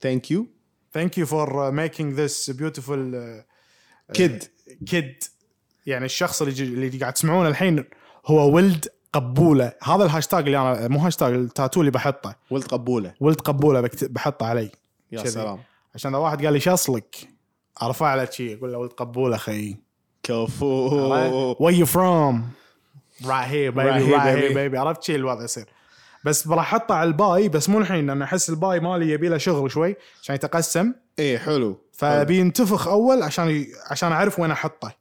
[SPEAKER 2] ثانك يو
[SPEAKER 3] ثانك يو فور ميكينج ذس بيوتيفول
[SPEAKER 2] كيد
[SPEAKER 3] كيد uh, يعني الشخص اللي جي- اللي قاعد تسمعونه الحين هو ولد قبوله هذا الهاشتاج اللي انا مو هاشتاج التاتو اللي بحطه
[SPEAKER 2] ولد قبوله
[SPEAKER 3] ولد قبوله بكت- بحطه علي
[SPEAKER 2] يا
[SPEAKER 3] كذي.
[SPEAKER 2] سلام
[SPEAKER 3] عشان اذا واحد قال لي شصلك ارفع له شي اقول له ولد قبوله خي
[SPEAKER 2] كفو
[SPEAKER 3] وي يو فروم رايت هير
[SPEAKER 2] Right
[SPEAKER 3] بيبي
[SPEAKER 2] here,
[SPEAKER 3] رايت هير
[SPEAKER 2] baby.
[SPEAKER 3] بيبي عرفت شي الوضع يصير بس راح احطه على الباي بس مو الحين لان احس الباي مالي يبي له شغل شوي عشان يتقسم
[SPEAKER 2] ايه حلو حلو.
[SPEAKER 3] فبينتفخ اول عشان ي... عشان اعرف وين احطه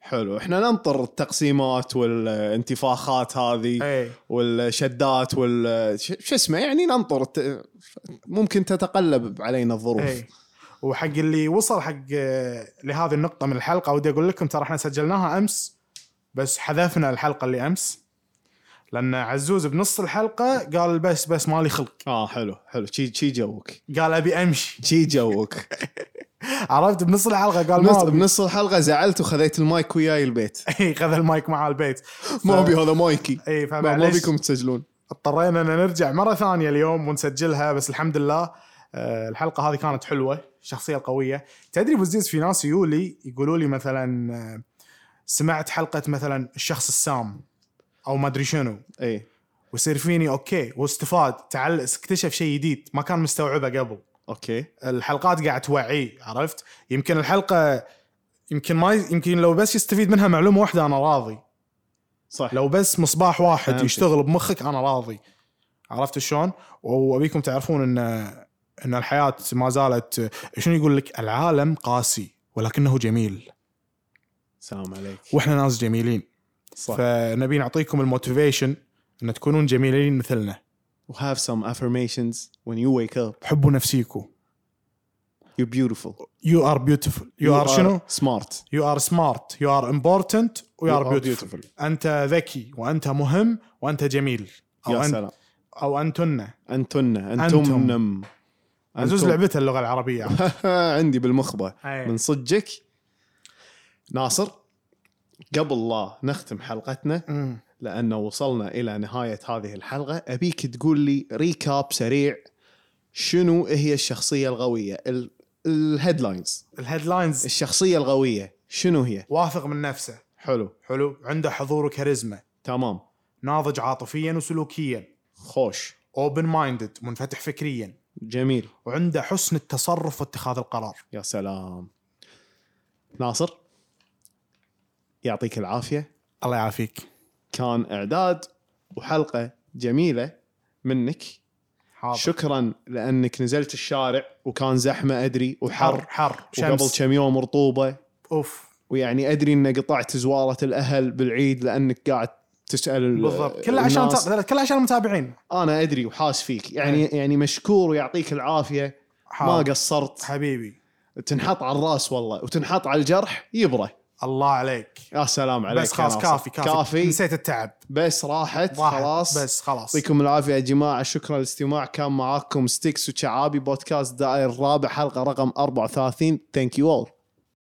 [SPEAKER 2] حلو احنا ننطر التقسيمات والانتفاخات هذه
[SPEAKER 3] اي
[SPEAKER 2] والشدات وال ش- شو اسمه يعني ننطر الت... ممكن تتقلب علينا الظروف
[SPEAKER 3] اي إيه. وحق اللي وصل حق آه، لهذه النقطه من الحلقه ودي اقول لكم ترى احنا سجلناها امس بس حذفنا الحلقه اللي امس لان عزوز بنص الحلقه قال بس
[SPEAKER 2] آه،
[SPEAKER 3] بس مالي خلق
[SPEAKER 2] اه حلو حلو شي شي جوك
[SPEAKER 3] قال ابي امشي
[SPEAKER 2] شي جوك
[SPEAKER 3] عرفت بنص الحلقه قال ما
[SPEAKER 2] بنص,
[SPEAKER 3] أبي.
[SPEAKER 2] بنص الحلقه زعلت وخذيت المايك وياي البيت
[SPEAKER 3] إي، خذ المايك معاه البيت
[SPEAKER 2] ما ابي هذا مايكي
[SPEAKER 3] اي
[SPEAKER 2] ما ما
[SPEAKER 3] فمعليش
[SPEAKER 2] بيكم تسجلون
[SPEAKER 3] اضطرينا ان نرجع مره ثانيه اليوم ونسجلها بس الحمد لله آه، الحلقه هذه كانت حلوه الشخصيه القويه تدري أبو عزيز في ناس يولي يقولوا لي مثلا آه، سمعت حلقه مثلا الشخص السام او ما ادري شنو
[SPEAKER 2] اي
[SPEAKER 3] ويصير فيني اوكي واستفاد تعال اكتشف شيء جديد ما كان مستوعبه قبل
[SPEAKER 2] اوكي
[SPEAKER 3] الحلقات قاعد توعيه عرفت يمكن الحلقه يمكن ما يمكن لو بس يستفيد منها معلومه واحده انا راضي
[SPEAKER 2] صح
[SPEAKER 3] لو بس مصباح واحد
[SPEAKER 2] فهمتك.
[SPEAKER 3] يشتغل بمخك انا راضي عرفت شلون؟ وابيكم تعرفون ان ان الحياه ما زالت شنو يقول لك العالم قاسي ولكنه جميل
[SPEAKER 2] سلام عليك
[SPEAKER 3] واحنا ناس جميلين
[SPEAKER 2] صح
[SPEAKER 3] فنبي نعطيكم الموتيفيشن ان تكونون جميلين مثلنا
[SPEAKER 2] have some affirmations when you wake up
[SPEAKER 3] حبوا نفسيكم
[SPEAKER 2] you're beautiful
[SPEAKER 3] يو ار بيوتيفول يو ار شنو؟
[SPEAKER 2] smart
[SPEAKER 3] يو ار سمارت يو ار امبورتنت ويو ار بيوتيفول انت ذكي وانت مهم وانت جميل او
[SPEAKER 2] يا
[SPEAKER 3] انت
[SPEAKER 2] سلام
[SPEAKER 3] او انتن
[SPEAKER 2] انتن
[SPEAKER 3] أنتم.
[SPEAKER 2] انتم نم
[SPEAKER 3] عزوز لعبتها اللغه العربيه
[SPEAKER 2] عندي بالمخبه
[SPEAKER 3] أي.
[SPEAKER 2] من صدقك ناصر قبل لا نختم حلقتنا
[SPEAKER 3] أمم.
[SPEAKER 2] لأنه وصلنا إلى نهاية هذه الحلقة أبيك تقول لي ريكاب سريع شنو هي الشخصية القوية ال- الهيدلاينز
[SPEAKER 3] الهيدلاينز
[SPEAKER 2] الشخصية القوية شنو هي
[SPEAKER 3] واثق من نفسه
[SPEAKER 2] حلو
[SPEAKER 3] حلو عنده حضور وكاريزما
[SPEAKER 2] تمام
[SPEAKER 3] ناضج عاطفيا وسلوكيا
[SPEAKER 2] خوش
[SPEAKER 3] اوبن مايندد منفتح فكريا
[SPEAKER 2] جميل
[SPEAKER 3] وعنده حسن التصرف واتخاذ القرار
[SPEAKER 2] يا سلام ناصر يعطيك العافية
[SPEAKER 3] الله يعافيك
[SPEAKER 2] كان إعداد وحلقة جميلة منك
[SPEAKER 3] حاضر
[SPEAKER 2] شكرا لأنك نزلت الشارع وكان زحمة أدري
[SPEAKER 3] حر
[SPEAKER 2] وحر
[SPEAKER 3] حر
[SPEAKER 2] وقبل
[SPEAKER 3] شمس
[SPEAKER 2] كم يوم رطوبة
[SPEAKER 3] اوف
[SPEAKER 2] ويعني ادري ان قطعت زواره الاهل بالعيد لانك قاعد تسال ال-
[SPEAKER 3] بالضبط كله عشان
[SPEAKER 2] الناس.
[SPEAKER 3] تا- كله عشان المتابعين
[SPEAKER 2] انا ادري وحاس فيك يعني يعني مشكور ويعطيك العافيه ما
[SPEAKER 3] حاضر.
[SPEAKER 2] قصرت
[SPEAKER 3] حبيبي
[SPEAKER 2] تنحط على الراس والله وتنحط على الجرح يبره
[SPEAKER 3] الله عليك
[SPEAKER 2] يا سلام عليك
[SPEAKER 3] بس
[SPEAKER 2] يا
[SPEAKER 3] خلاص
[SPEAKER 2] ناصر.
[SPEAKER 3] كافي كافي,
[SPEAKER 2] كافي
[SPEAKER 3] نسيت التعب
[SPEAKER 2] بس راحت
[SPEAKER 3] راحت.
[SPEAKER 2] خلاص طيب،
[SPEAKER 3] بس خلاص
[SPEAKER 2] يعطيكم العافيه يا جماعه شكرا للاستماع كان معاكم ستيكس وشعابي بودكاست دائر الرابع حلقه رقم 34 ثانك يو اول